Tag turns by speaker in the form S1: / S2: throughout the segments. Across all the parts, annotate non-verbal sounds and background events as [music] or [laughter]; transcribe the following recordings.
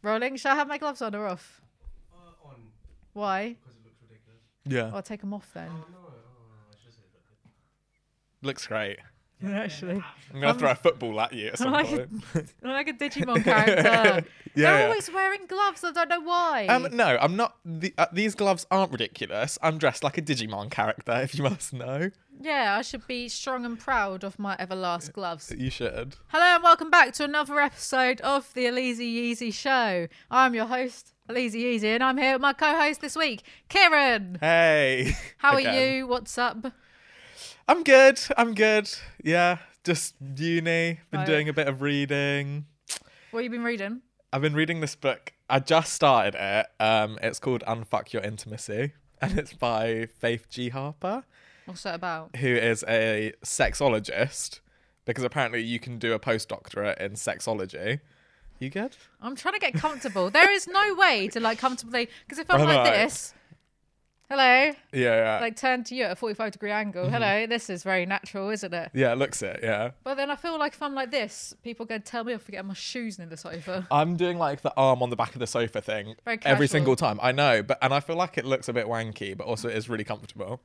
S1: Rolling. Shall I have my gloves on or off?
S2: Uh, on,
S1: Why?
S2: because it looks ridiculous.
S3: Yeah.
S1: I'll take them off then.
S2: Oh, no. Oh, I should have said it looked good.
S3: Looks great.
S1: Actually,
S3: I'm going to throw a football at you
S1: [laughs]
S3: at some
S1: like-
S3: point.
S1: I'm like a
S3: [laughs]
S1: Digimon character. They're
S3: Yeah.
S1: always wearing gloves. I don't know why.
S3: Um, no, I'm not. The, uh, these gloves aren't ridiculous. I'm dressed like a Digimon character, [laughs] if you must know.
S1: yeah, I should be strong and proud of my everlast gloves.
S3: You should.
S1: Hello and welcome back to another episode of the Elise Yeezy Show. I'm your host, Elise Yeezy, and I'm here with my co-host this week, Kieran.
S3: Hey.
S1: How are
S3: Again.
S1: you? What's up?
S3: I'm good. I'm good. Yeah. Just uni. Been
S1: Right.
S3: doing a bit of reading.
S1: What have you been reading?
S3: I've been reading this book. I just started it. Um, it's called Unfuck Your Intimacy, [laughs] and it's by Faith G. Harper,
S1: What's that about?
S3: who is a sexologist. Because apparently you can do a postdoctorate in sexology. You good?
S1: I'm trying to get comfortable. there is no way to like comfortably because if I'm
S3: I
S1: like
S3: know.
S1: this, hello,
S3: Yeah. Yeah.
S1: like turn to you at a 45 degree angle.
S3: mm-hmm.
S1: Hello, this is very natural, isn't it?
S3: yeah. It looks it. Yeah.
S1: But then I feel like if I'm like this, people are gonna tell me off for getting my shoes in the sofa.
S3: I'm doing like the arm on the back of the sofa thing
S1: Very casual.
S3: every single time. I know, but and I feel like it looks a bit wanky, but also it is really comfortable.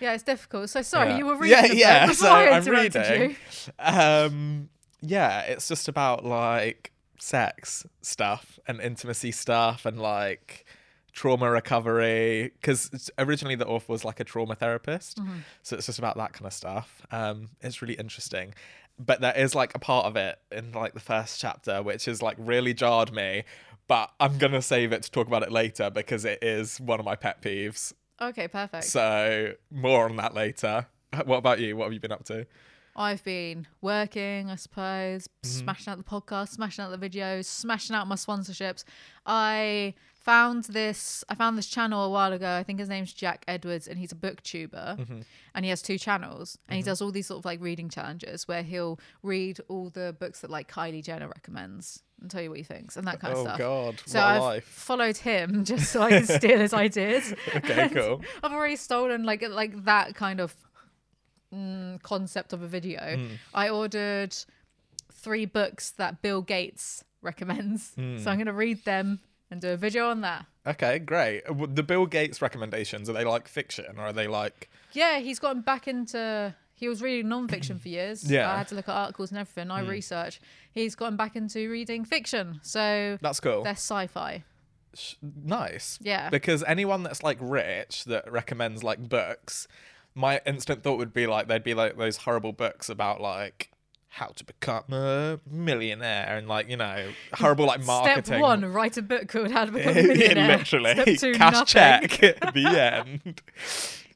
S1: Yeah, it's difficult. So sorry,
S3: Yeah.
S1: you were
S3: Yeah,
S1: reading. the book [laughs]
S3: yeah.
S1: before
S3: So
S1: I
S3: I'm
S1: interrupted
S3: reading.
S1: you.
S3: Um, yeah, it's just about like sex stuff and intimacy stuff and like trauma recovery because originally the author was like a trauma therapist,
S1: Mm-hmm.
S3: so it's just about that kind of stuff. Um, it's really interesting. But there is like a part of it in like the first chapter which is like really jarred me, but I'm gonna save it to talk about it later because it is one of my pet peeves.
S1: Okay, perfect.
S3: So more on that later. What about you? What have you been up to?
S1: I've been working, I suppose,
S3: Mm-hmm.
S1: smashing out the podcast, smashing out the videos, smashing out my sponsorships. I found this I found this channel a while ago. I think his name's Jack Edwards and he's a booktuber
S3: Mm-hmm.
S1: and he has two channels and he does all these sort of like reading challenges where he'll read all the books that like Kylie Jenner recommends and tell you what he thinks and that kind of
S3: Oh
S1: stuff.
S3: God,
S1: So
S3: what a
S1: I've
S3: life.
S1: followed him [laughs] just so I
S3: [laughs]
S1: can steal his ideas.
S3: Okay,
S1: And
S3: cool.
S1: I've already stolen like like that kind of mm, concept of a video.
S3: Hmm.
S1: I ordered three books that Bill Gates recommends,
S3: Hmm.
S1: so I'm going to read them and do a video on that.
S3: Okay, great. Uh, w- The Bill Gates recommendations are they like fiction or are they like?
S1: Yeah, he's gotten back into. He was reading nonfiction for years.
S3: [clears throat] Yeah. Hmm.
S1: I had to look at articles and everything. I researched. He's gotten back into reading fiction, so
S3: That's cool.
S1: they're sci-fi.
S3: Sh- nice.
S1: Yeah.
S3: Because anyone that's like rich that recommends like books, my instant thought would be like they'd be like those horrible books about like how to become a millionaire and like you know horrible like marketing.
S1: Step one:
S3: [laughs]
S1: write a book called "How to Become a Millionaire."
S3: literally
S1: Step two,
S3: cash
S1: nothing. [laughs]
S3: check. the end.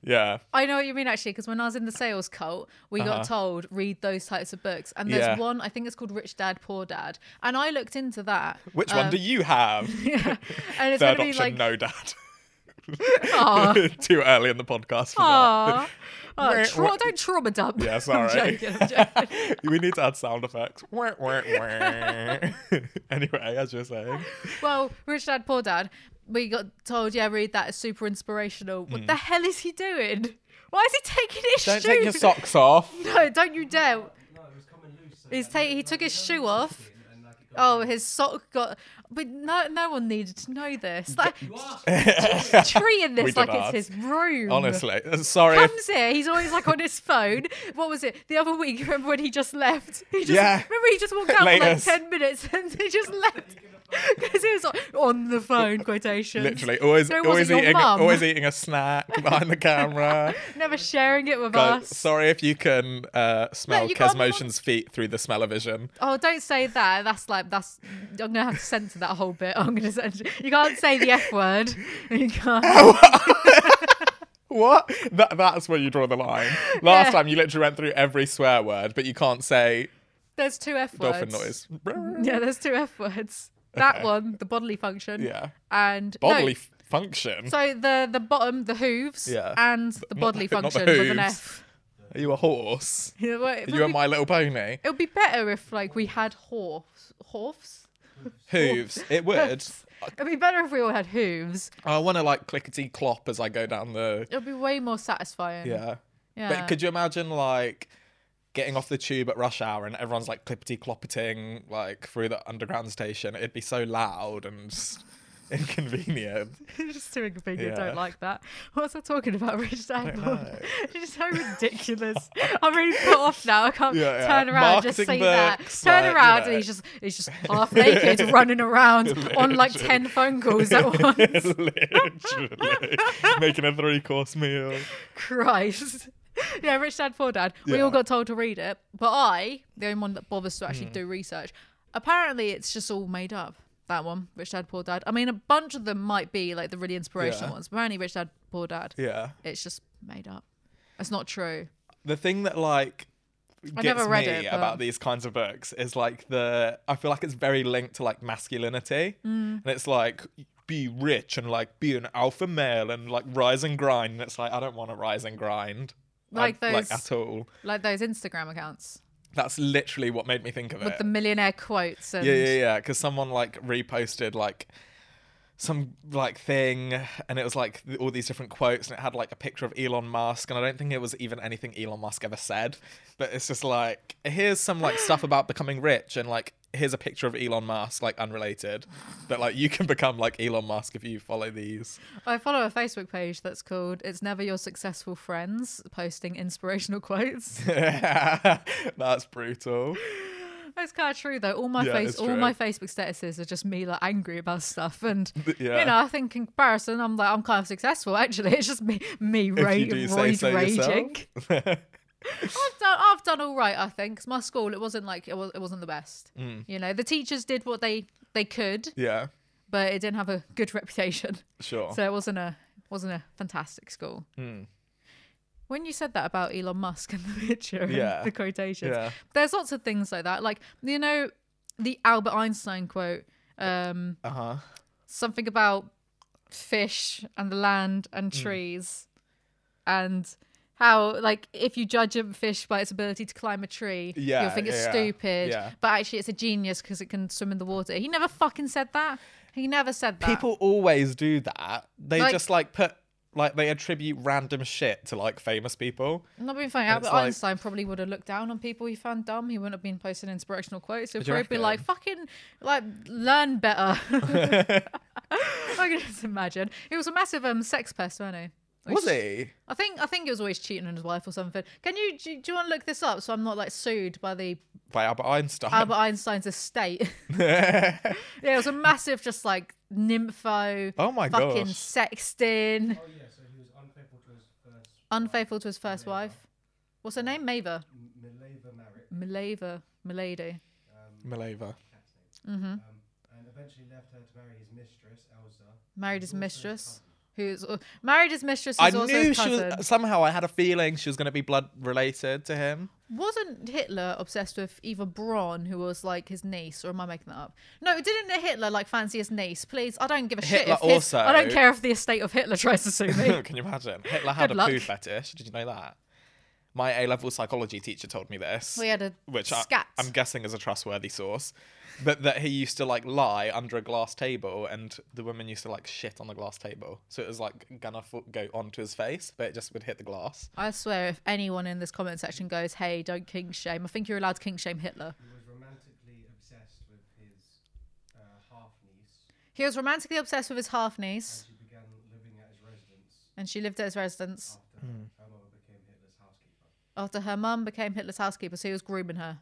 S3: Yeah.
S1: I know what you mean actually, because when I was in the sales cult, we got told read those types of books, and there's
S3: Uh-huh. Yeah.
S1: one I think it's called Rich Dad Poor Dad, and I looked into that.
S3: Which one do you have?
S1: Yeah, [laughs]
S3: [laughs]
S1: and it's
S3: Third
S1: Um, gonna be
S3: option,
S1: like, [laughs]
S3: no, dad.
S1: ah,
S3: [laughs] Too early in the podcast. For that. [laughs]
S1: ah, ah, tra- don't trauma dump. [laughs]
S3: Yeah,
S1: I'm
S3: sorry.
S1: joking,
S3: [laughs]
S1: I'm joking.
S3: we need to add sound effects. Wah, wah, wah. [laughs] anyway, as you're saying,
S1: well, Rich Dad Poor Dad, we got told, yeah, read that. It's super inspirational. What the hell is he doing? Why is he taking his
S3: Hmm. don't
S1: shoes?
S3: take your socks off.
S1: [laughs] no, don't you dare.
S2: No, it was coming loose. So
S1: He's
S2: like,
S1: ta-
S2: it
S1: he
S2: was,
S1: took
S2: like,
S1: his
S2: very
S1: shoe off.
S2: loosely and- and, like, it got
S1: Oh,
S2: loose.
S1: his sock got. But no, no one needed to know this. Like,
S2: You asked me.
S1: [laughs] treating
S3: We
S1: this
S3: did
S1: like
S3: ask.
S1: it's his room.
S3: Honestly, uh, sorry. if-
S1: Comes here, he's always like on his phone. What was it? The other week, [laughs] remember when he just left? He just,
S3: Yeah.
S1: Remember he just walked out for like
S3: Latest.
S1: 10 minutes [laughs] and he just left. [laughs] Because he was like, on the phone, quotations.
S3: Literally, always,
S1: So it wasn't
S3: always
S1: your
S3: eating,
S1: mum.
S3: always eating
S1: [laughs]
S3: a snack behind the camera.
S1: Never sharing it with
S3: Guys,
S1: us.
S3: sorry if you can uh, smell
S1: you can't-
S3: Kesmotion's feet through the smell of vision.
S1: Oh, don't say that. That's like, that's. I'm going to have to censor that whole bit. [laughs] I'm going to censor. You can't say the F word. You
S3: [laughs]
S1: can't.
S3: What? That, that's where you draw
S1: [laughs]
S3: the line. Last
S1: Yeah.
S3: time you literally went through every swear word, but you can't say
S1: There's two F
S3: dolphin
S1: words. [laughs]
S3: noise.
S1: Yeah, there's two F words. That
S3: Okay.
S1: one, the bodily function.
S3: Yeah.
S1: And no,
S3: Bodily f- function.
S1: So the the bottom, the hooves,
S3: Yeah.
S1: and the bodily
S3: not the
S1: function with an
S3: hooves.
S1: F. [laughs]
S3: Are you a horse?
S1: You know, it,
S3: Are
S1: would
S3: you a
S1: be,
S3: My Little Pony?
S1: it would be better if like we had horse hooves.
S3: Hooves. It would.
S1: Hooves. [laughs] It'd be better if we all had hooves.
S3: I want to like clickety clop as I go down the.
S1: It would be way more satisfying.
S3: Yeah.
S1: yeah.
S3: But could you imagine like getting off the tube at rush hour and everyone's like clippity cloppeting like through the underground station. It'd be so loud and s- inconvenient. [laughs]
S1: [laughs] just doing a thing you
S3: Yeah.
S1: don't like that. What's I talking about, Rich
S3: [laughs]
S1: Dad? Bod? [laughs]
S3: don't know.
S1: It's just so ridiculous. I'm really put off now. I can't
S3: Yeah, yeah.
S1: turn around and just see
S3: Marketing
S1: that.
S3: books,
S1: Turn
S3: like, you
S1: around and
S3: know.
S1: he's just he's
S3: [laughs]
S1: just half naked running around on like
S3: Literally.
S1: ten phone calls at
S3: [laughs]
S1: once.
S3: Literally. Making a three course meal.
S1: Christ. [laughs] Yeah, Rich Dad Poor Dad. We
S3: Yeah. Hmm.
S1: all got told to read it, but I, the only one that bothers to actually do research, apparently it's just all made up. That one, Rich Dad Poor Dad. I mean, a bunch of them might be like the really inspirational
S3: Yeah.
S1: ones, but only Rich Dad Poor Dad.
S3: Yeah.
S1: It's just made up. It's not true.
S3: the thing that like gets
S1: never read
S3: me
S1: it, but-
S3: about these kinds of books is like the I feel like it's very linked to like masculinity,
S1: Mm.
S3: and it's like be rich and like be an alpha male and like rise and grind. And it's like I don't want to rise and grind
S1: Like
S3: I-
S1: those-
S3: like at all.
S1: Like those Instagram accounts
S3: That's literally what made me think of
S1: with
S3: it.
S1: the millionaire quotes and
S3: Yeah, yeah, yeah. Because someone like reposted like some like thing, and it was like th- all these different quotes, and it had like a picture of Elon Musk, and I don't think it was even anything Elon Musk ever said, but it's just like here's some like stuff about becoming rich, and like here's a picture of Elon Musk, like unrelated, but like you can become like Elon Musk if you follow these. [laughs]
S1: I follow a Facebook page that's called It's Never Your Successful Friends, posting inspirational [laughs]
S3: [laughs]
S1: quotes.
S3: That's brutal.
S1: That's kind of true though. All my
S3: Yeah,
S1: face,
S3: it's
S1: all
S3: true.
S1: my Facebook statuses are just me like angry about stuff, and
S3: [laughs] Yeah.
S1: you know, I think in comparison, I'm like I'm kind of successful actually. It's just me, me ra-
S3: If you do say
S1: rage-
S3: so
S1: raging.
S3: yourself.
S1: [laughs] I've done, I've done all right, I think. 'cause my school, it wasn't like it was, it wasn't the best.
S3: Mm.
S1: You know, the teachers did what they they could,
S3: yeah,
S1: but it didn't have a good [laughs] reputation,
S3: sure.
S1: so it wasn't a wasn't a fantastic school.
S3: Hmm.
S1: When you said that about Elon Musk and [laughs] the picture, and
S3: Yeah.
S1: the quotations,
S3: Yeah.
S1: there's lots of things like that. Like you know, the Albert Einstein quote, um,
S3: Uh huh.
S1: something about fish and the land and
S3: Hmm.
S1: trees, and how like if you judge a fish by its ability to climb a tree, you'll
S3: Yeah,
S1: think it's
S3: yeah, yeah.
S1: stupid.
S3: Yeah.
S1: But actually, it's a genius because it can swim in the water. He never fucking said that. He never said that.
S3: people always do that. They
S1: Like-
S3: just like put like they attribute random shit to like famous people.
S1: I'm not being funny.
S3: And it's
S1: Albert
S3: like-
S1: Einstein probably would have looked down on people he found dumb. He wouldn't have been posting inspirational quotes. He'd
S3: Do you
S1: probably be
S3: reckon?
S1: like, "Fucking, like, learn better." [laughs] I can just imagine. He was a massive um, sex pest, wasn't he? Like,
S3: Was he?
S1: I think I think he was always cheating on his wife or something. Can you do, do you want to look this up so I'm not like sued by the
S3: By Albert Einstein.
S1: Albert Einstein's estate? [laughs] yeah, it was a massive, just like nympho.
S3: [laughs] Oh my
S1: fucking
S3: gosh.
S1: sexting,
S2: Oh yeah, so he was unfaithful to his first
S1: unfaithful to his first wife. What's her name? Mava.
S2: M- Mileva Marek,
S1: Mileva. Milady.
S3: Mileva.
S2: cat's name,
S3: Hmm.
S2: um, and eventually left her to marry his mistress Elsa.
S1: married his
S2: who's also
S1: mistress, who's al- married his mistress,
S3: oh. I
S1: who's also
S3: knew
S1: his
S3: she
S1: cousin.
S3: was uh, somehow I had a feeling she was gonna be blood related to him. [laughs]
S1: Wasn't Hitler obsessed with either Braun, who was like his niece, or am I making that up? No, didn't Hitler like fancy his niece? Please, I don't give a shit.
S3: Hitler
S1: If his,
S3: also-
S1: I don't care if the estate of Hitler tries to sue
S3: [laughs]
S1: me.
S3: Can you imagine? Hitler had
S1: Good
S3: a
S1: luck.
S3: poo fetish. Did you know that? My A level psychology teacher told me this.
S1: We had a
S3: which
S1: scat.
S3: I, I'm guessing is a trustworthy source, but that he used to like lie under a glass table, and the woman used to like shit on the glass table, so it was like gonna fo- go onto his face, but it just would hit the glass.
S1: I swear, if anyone in this comment section goes, "Hey, don't king shame," I think you're allowed to king shame Hitler.
S2: He was romantically obsessed with his uh, half niece,
S1: He was romantically obsessed with his half niece,
S2: and she began living at his residence
S1: and she lived at his residence
S2: after
S3: Hmm.
S2: her mother became Hitler's housekeeper.
S1: after her mum became Hitler's housekeeper, so he was grooming her.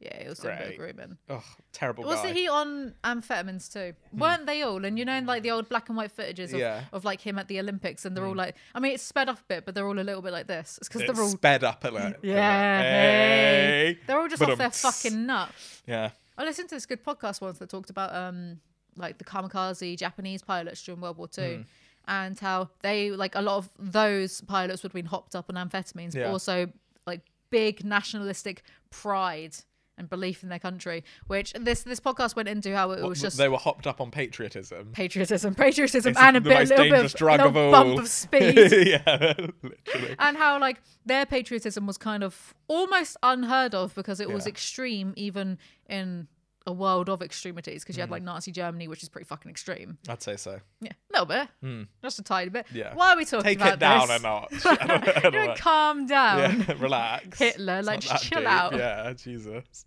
S1: Yeah, he was doing a bit of
S3: Great.
S1: grooming.
S3: Ugh, terrible guy.
S1: Wasn't he on amphetamines too? Weren't they all? And you know, in like the old black and white footages of,
S3: Yeah.
S1: of like him at the Olympics, and they're all like, I mean, it's sped up a bit, but they're all a little bit like this. It's because
S3: It
S1: they're all,
S3: sped up a little.
S1: [laughs] yeah, hey.
S3: Hey.
S1: they're all just off their
S3: Ba-dum-ts.
S1: fucking nut.
S3: Yeah.
S1: I listened to this good podcast once that talked about um like the kamikaze Japanese pilots during World War Two.
S3: Hmm.
S1: And how they like a lot of those pilots would have been hopped up on amphetamines, but
S3: Yeah.
S1: also like big nationalistic pride and belief in their country. Which this this podcast went into how it
S3: What-
S1: was just
S3: They were hopped up on patriotism.
S1: patriotism, [laughs] patriotism,
S3: It's
S1: and a
S3: the
S1: bit,
S3: most
S1: little bit,
S3: dangerous
S1: of,
S3: drug
S1: little
S3: of all.
S1: bump
S3: [laughs]
S1: of speed,
S3: yeah, [laughs] literally.
S1: and how like their patriotism was kind of almost unheard of because it was
S3: Yeah.
S1: extreme even in a world of extremities because you
S3: Mm.
S1: had like Nazi Germany, which is pretty fucking extreme.
S3: I'd say so.
S1: Yeah, a little bit, just a tiny bit.
S3: Mm. Yeah.
S1: Why are we talking
S3: Take
S1: about
S3: it down
S1: this? [laughs]
S3: a notch. [laughs] I don't know, I don't
S1: Everyone
S3: know.
S1: calm down.
S3: Yeah, [laughs] relax.
S1: Um, Hitler,
S3: It's
S1: like,
S3: not
S1: just
S3: that
S1: chill
S3: deep.
S1: out.
S3: Yeah, Jesus.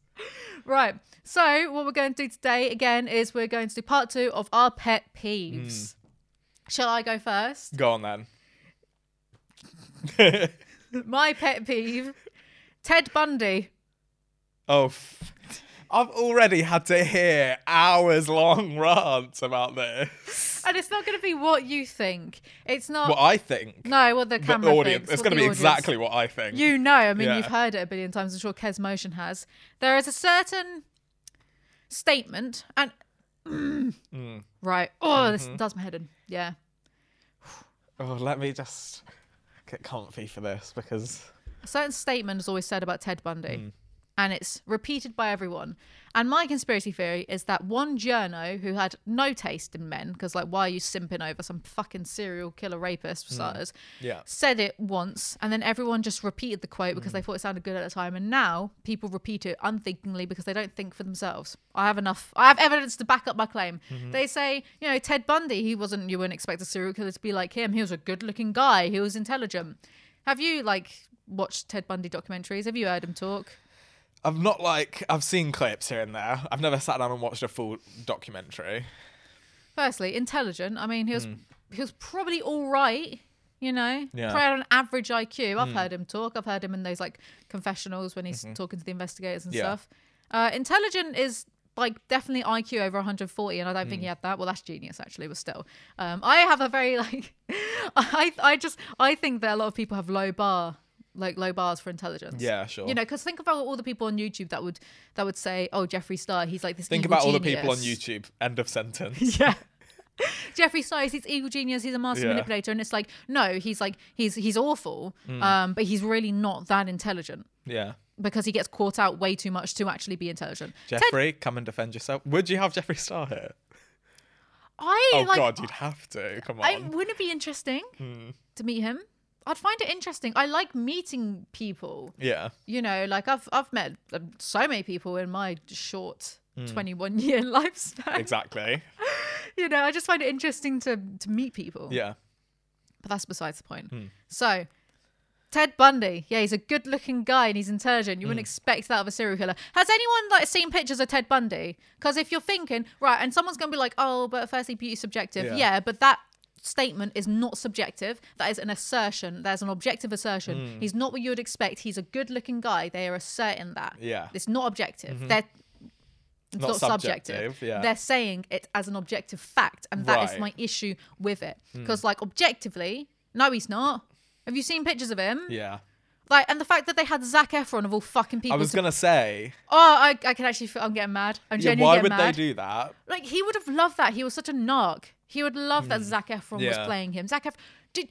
S1: Right. So what we're going to do today again is we're going to do part two of our pet
S3: Mm.
S1: peeves. Shall I go first? [laughs]
S3: Go on then. [laughs]
S1: My pet peeve: Ted Bundy.
S3: oh, f- I've already had to hear hours long rants about this.
S1: And it's not going to be what you think. It's not.
S3: What I think.
S1: no, what the
S3: the
S1: camera
S3: audience.
S1: thinks,
S3: it's
S1: what
S3: going to
S1: the
S3: be
S1: audience-
S3: exactly what I think.
S1: You know, I mean,
S3: Yeah.
S1: you've heard it a billion times. I'm sure Kes Motion has. There is a certain statement, and [clears throat]
S3: Mm.
S1: right, oh, this
S3: Mm-hmm.
S1: does my head in. Yeah,
S3: Oh, let me just get comfy for this because
S1: a certain statement is always said about Ted Bundy,
S3: Mm.
S1: and it's repeated by everyone. And my conspiracy theory is that one journo who had no taste in men, because like, why are you simping over some fucking serial killer rapist
S3: Mm.
S1: for starters?
S3: yeah,
S1: said it once and then everyone just repeated the quote because they thought it sounded good at the time and now people repeat it unthinkingly because they don't think for themselves i have enough i have evidence to back up my claim they say you know ted bundy he wasn't you wouldn't expect a serial killer to be like him he was a good looking guy he was intelligent have you like watched ted bundy documentaries have you heard him talk
S3: I've not like I've seen clips here and there. I've never sat down and watched a full documentary.
S1: firstly intelligent i mean he was he was probably all right you know
S3: Hmm. Yeah. Hmm.
S1: probably had an average iq i've heard him talk i've heard him in those like confessionals when he's talking to the investigators and
S3: Mm-hmm. Yeah.
S1: stuff uh intelligent is like definitely iq over 140 and i don't think
S3: Hmm.
S1: he had that well that's genius actually but still um i have a very [laughs] like i i just i think that a lot of people have low bar like low bars for intelligence
S3: Yeah, sure.
S1: you know because think about all the people on youtube that would that would say oh jeffree star he's like this
S3: Think
S1: evil
S3: about all the people on
S1: genius."
S3: YouTube. End of [laughs] sentence.
S1: Yeah. Jeffrey Sykes, he's evil genius, he's a master
S3: Yeah.
S1: manipulator, and it's like, no, he's like he's he's awful,
S3: Hmm.
S1: um, but he's really not that intelligent
S3: yeah.
S1: because he gets caught out way too much to actually be intelligent. Ted-
S3: Jeffrey, come and defend yourself. Would you have Jeffrey Star here?
S1: I
S3: Oh
S1: like
S3: God, Hmm. you'd have to. Come on.
S1: I wouldn't it be interesting to meet him. I'd find it interesting. I like meeting people.
S3: yeah.
S1: You know, like I've I've met um, so many people in my short
S3: Hmm.
S1: twenty one year [laughs] lifespan.
S3: Exactly.
S1: You know, I just find it interesting to to meet people.
S3: Yeah.
S1: But that's besides the point. So, Ted Bundy, yeah, he's a good-looking guy and he's intelligent. You wouldn't expect that of a serial killer. Has anyone like seen pictures of Ted Bundy? Because if you're thinking, right, and someone's gonna be like, oh, but firstly, beauty's subjective. Yeah,
S3: Yeah.
S1: but that statement is not subjective. That is an assertion. There's an objective assertion. He's not what you would expect. He's a good-looking guy. They are asserting that.
S3: Yeah.
S1: it's not objective. They're it's not,
S3: Mm-hmm. Not
S1: subjective.
S3: subjective, yeah.
S1: They're saying it as an objective fact, and that is
S3: Right. Hmm.
S1: my issue with it. Because, like, objectively, no, he's not. Have you seen pictures of him?
S3: Yeah.
S1: Like, and the fact that they had Zac Efron of all fucking people.
S3: I was
S1: to-
S3: gonna say.
S1: oh, I, I can actually. Feel, I'm getting mad. I'm
S3: Yeah,
S1: genuinely
S3: why
S1: getting
S3: would
S1: mad.
S3: they do that?
S1: Like, he would have loved that. He was such a narc. He would love that Zac Efron was
S3: Hmm. Yeah. Hmm.
S1: playing him. Zac Efron, did,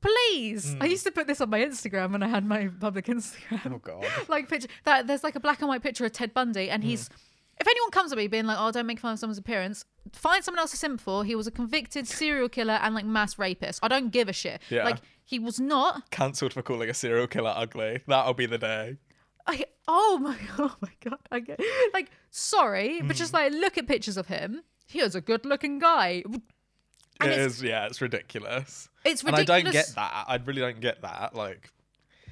S1: please. I used to put this on my Instagram when I had my public [laughs] Instagram
S3: Oh God.
S1: like picture that there's like a black and white picture of Ted Bundy, and he's.
S3: Hmm.
S1: If anyone comes at me being like, "Oh, don't make fun of someone's appearance," find someone else to simp for. He was a convicted serial killer and like mass rapist. I don't give a shit.
S3: Yeah.
S1: Like he was not.
S3: Cancelled for calling a serial killer ugly. That'll be the day.
S1: I, oh [laughs] my, oh my god. I get like sorry, but
S3: Hmm.
S1: just like look at pictures of him. He was a good-looking guy. And
S3: it
S1: it's-
S3: is, yeah, it's ridiculous.
S1: It's
S3: And I don't get
S1: ridiculous.
S3: that. I really don't get that. Like,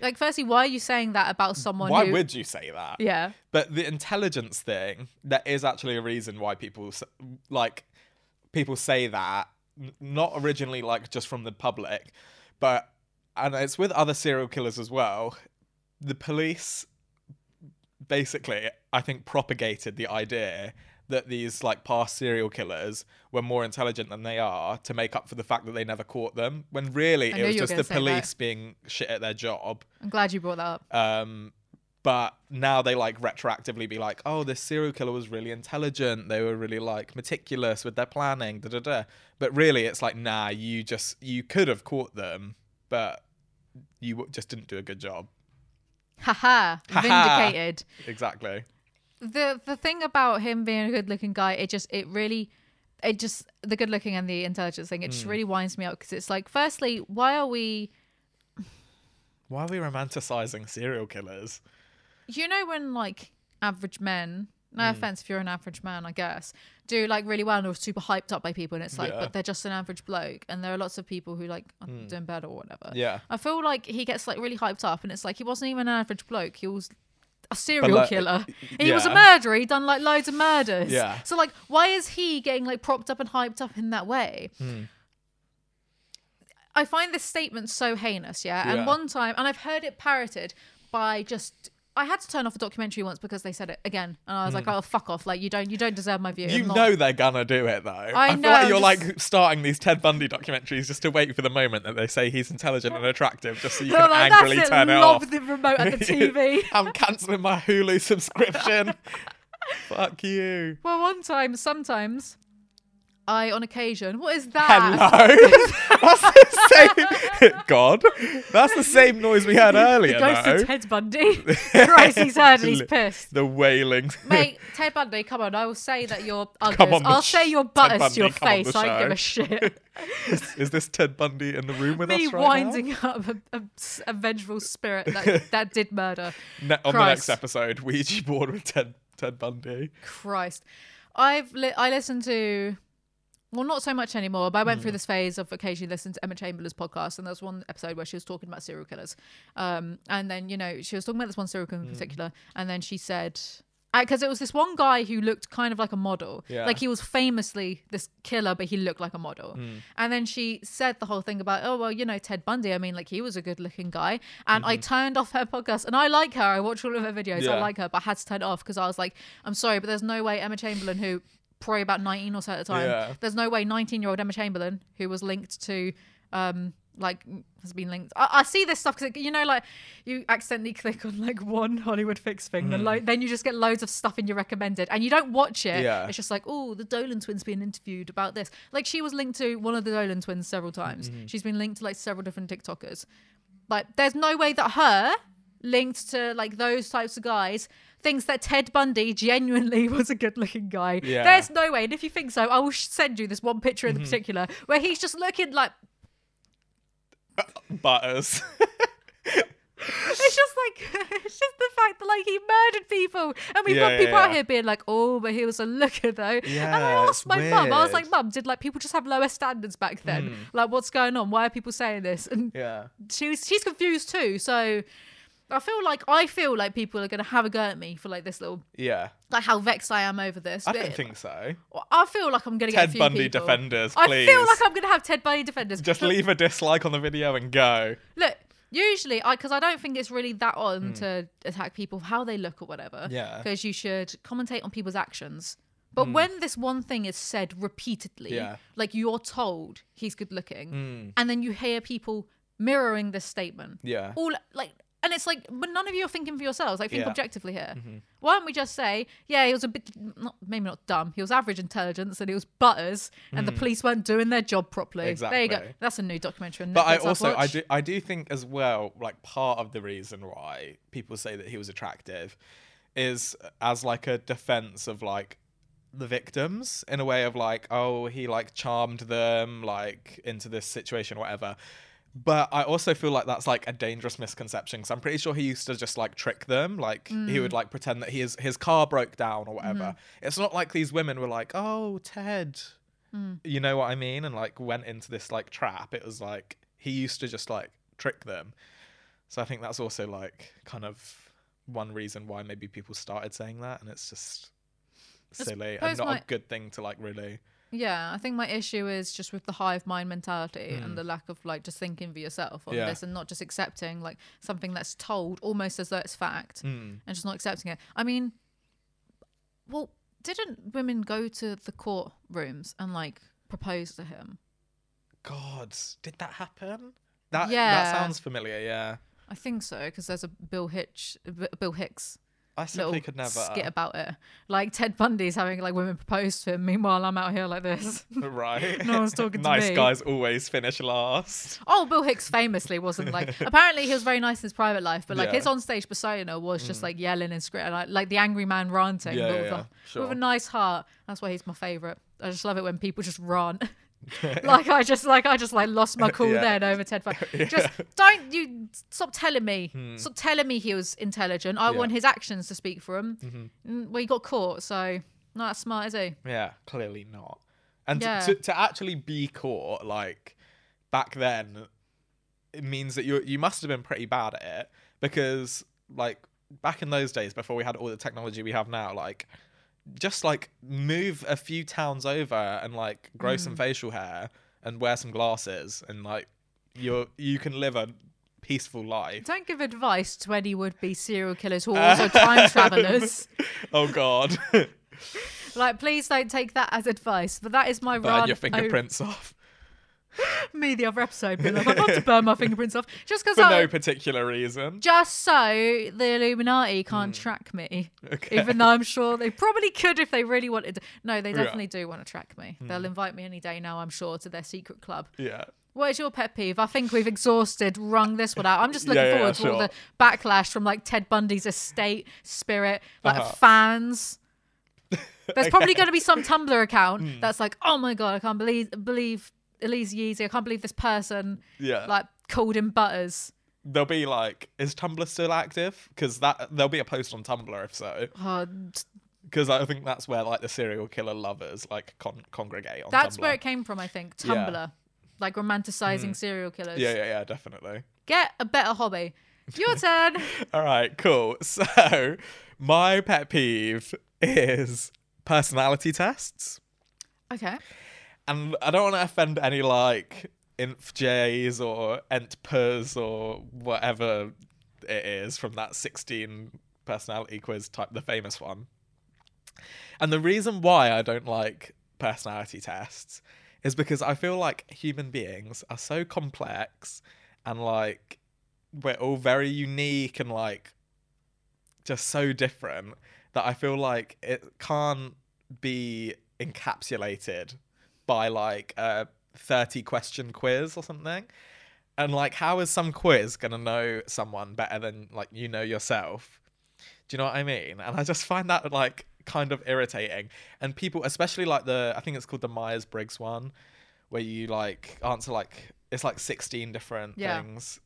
S1: Like, firstly, why are you saying that about someone?
S3: why
S1: who,
S3: would you say that?
S1: Yeah.
S3: But the intelligence thing, there is actually a reason why people s- like people say that. N- Not originally like just from the public, but and it's with other serial killers as well. The police basically, I think, propagated the idea that these like past serial killers were more intelligent than they are to make up for the fact that they never caught them. When really
S1: I
S3: it
S1: knew
S3: was
S1: you were
S3: just
S1: gonna
S3: the
S1: say that.
S3: police being shit at their job.
S1: I'm glad you brought that up.
S3: Um, but now they like retroactively be like, oh, this serial killer was really intelligent. They were really like meticulous with their planning, da da da. But really, it's like, nah, you just you could have caught them, but you w- just didn't do a good job.
S1: Haha.
S3: [laughs] ha.
S1: Vindicated.
S3: Exactly.
S1: the the thing about him being a good looking guy it just it really it just the good looking and the intelligence thing it
S3: Hmm.
S1: just really winds me up because it's like firstly why are we
S3: Why are we romanticizing serial killers?
S1: you know when like average men No
S3: Mm.
S1: offense if you're an average man, I guess, do like really well and are super hyped up by people, and it's like,
S3: Yeah. Mm.
S1: but they're just an average bloke, and there are lots of people who like are doing better or whatever.
S3: Yeah.
S1: I feel like he gets like really hyped up, and it's like he wasn't even an average bloke. He was a serial
S3: like,
S1: killer. He was a
S3: yeah.
S1: murderer. He done like loads of murders.
S3: Yeah.
S1: So like, why is he getting like propped up and hyped up in that way? I find this statement so heinous, yeah.
S3: Yeah.
S1: And one time, and I've heard it parroted by just. I had to turn off a documentary once because they said it again, and I was like, "Oh, fuck off! Like you don't, you don't deserve my view."
S3: Hmm. You
S1: I'm not- [laughs]
S3: know they're gonna do it though. I, feel
S1: know,
S3: like you're
S1: just-
S3: like starting these Ted Bundy documentaries just to wait for the moment that they say he's intelligent and attractive, just so you
S1: They're
S3: can
S1: like,
S3: angrily
S1: "That's it!
S3: turn it
S1: Lob
S3: off.
S1: the remote
S3: [laughs]
S1: at the TV."
S3: I'm cancelling my
S1: [laughs]
S3: Hulu subscription. Fuck you.
S1: well, one time, sometimes, I on occasion, what is that?
S3: Hello. [laughs] That's the same. [laughs] God. That's the same noise we had earlier. [laughs]
S1: Ghost
S3: though.
S1: of Ted Bundy. Christ, he's heard and he's
S3: Li-
S1: pissed.
S3: The wailing. [laughs]
S1: Mate, Ted Bundy, come on! I will say that you're
S3: Come on the
S1: I'll
S3: sh-
S1: say your
S3: Ted
S1: butt is
S3: Bundy,
S1: to your
S3: come on the
S1: face. I don't give
S3: show.
S1: a
S3: [laughs]
S1: shit.
S3: is, is this Ted Bundy in the room with
S1: me
S3: us right
S1: winding up a, a s- a vengeful spirit
S3: [laughs]
S1: that, that did murder.
S3: now? Ne- on the
S1: Christ.
S3: next episode, Ouija board with Ted Ted Bundy.
S1: Christ, I've li- I listened to. Well, not so much anymore, but I went through this phase of occasionally listening to Emma Chamberlain's podcast, and there was one episode where she was talking about serial killers. Um, and then, you know, she was talking about this one serial killer in particular, and then she said, because it was this one guy who looked kind of like a model.
S3: Yeah.
S1: Like he was famously this killer, but he looked like a model. And then she said the whole thing about, oh, well, you know, Ted Bundy, I mean, like he was a good looking guy. And I turned off her podcast, and I like her. I watch all of her videos. I
S3: Yeah.
S1: like her, but I had to turn it off because I was like, I'm sorry, but there's no way Emma Chamberlain, who probably about 19 or so at the time,
S3: Yeah.
S1: there's no way 19 year old Emma Chamberlain, who was linked to, um, like has been linked. I, I see this stuff because you know, like you accidentally click on like one Hollywood fix thing,
S3: Hmm.
S1: and like then you just get loads of stuff in your recommended, and you don't watch it.
S3: Yeah.
S1: It's just like, oh, the Dolan twins being interviewed about this. Like she was linked to one of the Dolan twins several times.
S3: Mm-hmm.
S1: She's been linked to like several different TikTokers. Like, there's no way that her linked to like those types of guys thinks that Ted Bundy genuinely [laughs] was a good-looking guy.
S3: Yeah. Mm-hmm.
S1: There's no way, and if you think so, I will sh- send you this one picture in particular where he's just looking like [laughs]
S3: Butters.
S1: it's just like [laughs] it's just the fact that like he murdered people, and we've
S3: Yeah,
S1: got
S3: yeah,
S1: people out
S3: yeah.
S1: here being like, "Oh, but he was a looker though." and I
S3: Yeah,
S1: asked
S3: it's
S1: my mum, I was like,
S3: weird. Hmm.
S1: "Mum, did like people just have lower standards back then? Like, what's going on? Why are people saying this?" And
S3: yeah.
S1: she's she's confused too. So I feel like I feel like people are gonna have a go at me for like this little
S3: Yeah.
S1: like how vexed I am over this.
S3: I
S1: but
S3: don't think so.
S1: I feel like I'm gonna get a
S3: Ted
S1: few
S3: Bundy
S1: people.
S3: defenders,
S1: I
S3: please.
S1: feel like I'm gonna have Ted Bundy defenders.
S3: Just
S1: Look,
S3: leave a dislike on the video and go.
S1: Look, usually I because I don't think it's really that on to attack people for how they look or whatever.
S3: Hmm. Yeah. Hmm.
S1: Because you should commentate on people's actions. But when this one thing is said repeatedly,
S3: Yeah. Hmm.
S1: like you're told he's good looking, and then you hear people mirroring this statement.
S3: Yeah.
S1: All like and it's like, but none of you are thinking for yourselves. Like, think
S3: Yeah. Mm-hmm.
S1: objectively here. Why don't we just say, yeah, he was a bit, not maybe not dumb. He was average intelligence, and he was butters, and the police weren't doing their job properly. There you go.
S3: Mm. Exactly.
S1: That's a new documentary. On
S3: But I
S1: Netflix I've
S3: also I
S1: watched.
S3: do I do think as well like part of the reason why people say that he was attractive is as like a defense of like the victims in a way of like oh he like charmed them like into this situation whatever. But I also feel like that's like a dangerous misconception because I'm pretty sure he used to just like trick them. Like he would like pretend that his his car broke down or whatever. It's not like these women were like, "Oh, Ted, you know what I mean? And like went into this like trap. It was like he used to just like trick them. So I think that's also like kind of one reason why maybe people started saying that, and it's just silly and
S1: suppose
S3: not
S1: my-
S3: a good thing to like really.
S1: Yeah, I think my issue is just with the hive mind mentality and the lack of like just thinking for yourself on
S3: Mm. Yeah.
S1: this and not just accepting like something that's told almost as though it's fact
S3: Mm.
S1: and just not accepting it. I mean, well, didn't women go to the courtrooms and like propose to him?
S3: God, did that happen? That
S1: Yeah.
S3: that sounds familiar. Yeah,
S1: I think so because there's a Bill Hitch, B- Bill Hicks
S3: I
S1: little
S3: simply could never. uh,
S1: skit about it. Like Ted Bundy's having like women propose to him. Meanwhile, I'm out here like this.
S3: [laughs]
S1: [laughs]
S3: Right.
S1: No one's talking to
S3: [laughs] nice
S1: me.
S3: guys always finish last.
S1: Oh, Bill Hicks famously wasn't
S3: [laughs]
S1: like. apparently, he was very nice in his private life, but like
S3: Yeah. Mm.
S1: his onstage persona was just like yelling and screaming, like, like the angry man ranting,
S3: Yeah,
S1: but
S3: yeah,
S1: with,
S3: yeah.
S1: a,
S3: Sure. [laughs]
S1: with a nice heart. That's why he's my favorite. I just love it when people just rant. [laughs] like I just like I just like lost my cool
S3: Yeah.
S1: then over Ted Bundy.
S3: [laughs] Yeah. Hmm.
S1: Just don't you stop telling me, stop telling me he was intelligent. I
S3: Yeah. Mm-hmm.
S1: want his actions to speak for him. Mm, Well, he got caught, so not as smart, is he?
S3: Yeah, clearly not. And t-
S1: Yeah.
S3: to, to actually be caught, like back then, it means that you you must have been pretty bad at it because like back in those days, before we had all the technology we have now, like just like move a few towns over and like grow some facial hair and wear some glasses and like you're you can live a peaceful life.
S1: Don't give advice to any would-be serial killers who are
S3: [laughs]
S1: also time travelers.
S3: oh God, [laughs]
S1: Like, please don't take that as advice. But that is my
S3: burn
S1: rant
S3: your
S1: over-
S3: fingerprints off
S1: [laughs] me the other episode being like, I'd love to burn my fingerprints
S3: [laughs]
S1: off just because
S3: for
S1: I.
S3: no particular reason.
S1: just so the Illuminati can't track me,
S3: Hmm. Okay.
S1: even though I'm sure they probably could if they really wanted to. No, they
S3: Yeah. Hmm.
S1: definitely do want to track me. They'll invite me any day now, I'm sure, to their secret club.
S3: Yeah.
S1: What is your pet peeve? I think we've exhausted, wrung this one out. I'm just looking
S3: [laughs] Yeah, yeah,
S1: forward to all
S3: sure.
S1: the backlash from like Ted Bundy's estate, spirit, like
S3: Uh-huh. [laughs]
S1: fans. There's probably going to be some Tumblr account
S3: Hmm.
S1: that's like, oh my god, I can't believe believe Elise Yeezy. I can't believe this person
S3: Yeah.
S1: like called him butters.
S3: there'll be like, is Tumblr still active? Because that there'll be a post on Tumblr if so,
S1: Oh,
S3: because I think that's where like the serial killer lovers like con- congregate on
S1: That's
S3: Tumblr.
S1: where it came from, I think.
S3: Yeah. Hmm.
S1: Tumblr. Like romanticizing serial killers.
S3: yeah, yeah, yeah, definitely. [laughs]
S1: Get a better hobby. Your turn.
S3: All right, cool. [laughs] So my pet peeve is personality tests,
S1: okay.
S3: and I don't want to offend any like inf J's or entpers or whatever it is from that 16 personality quiz type, the famous one. And the reason why I don't like personality tests is because I feel like human beings are so complex and like we're all very unique and like just so different that I feel like it can't be encapsulated by like a 30 question quiz or something. And like, how is some quiz gonna know someone better than like you know yourself? Do you know what I mean? And I just find that like kind of irritating. And people, especially like the, I think it's called the Myers Briggs one, where you like answer like it's like 16 different
S1: Yeah.
S3: things,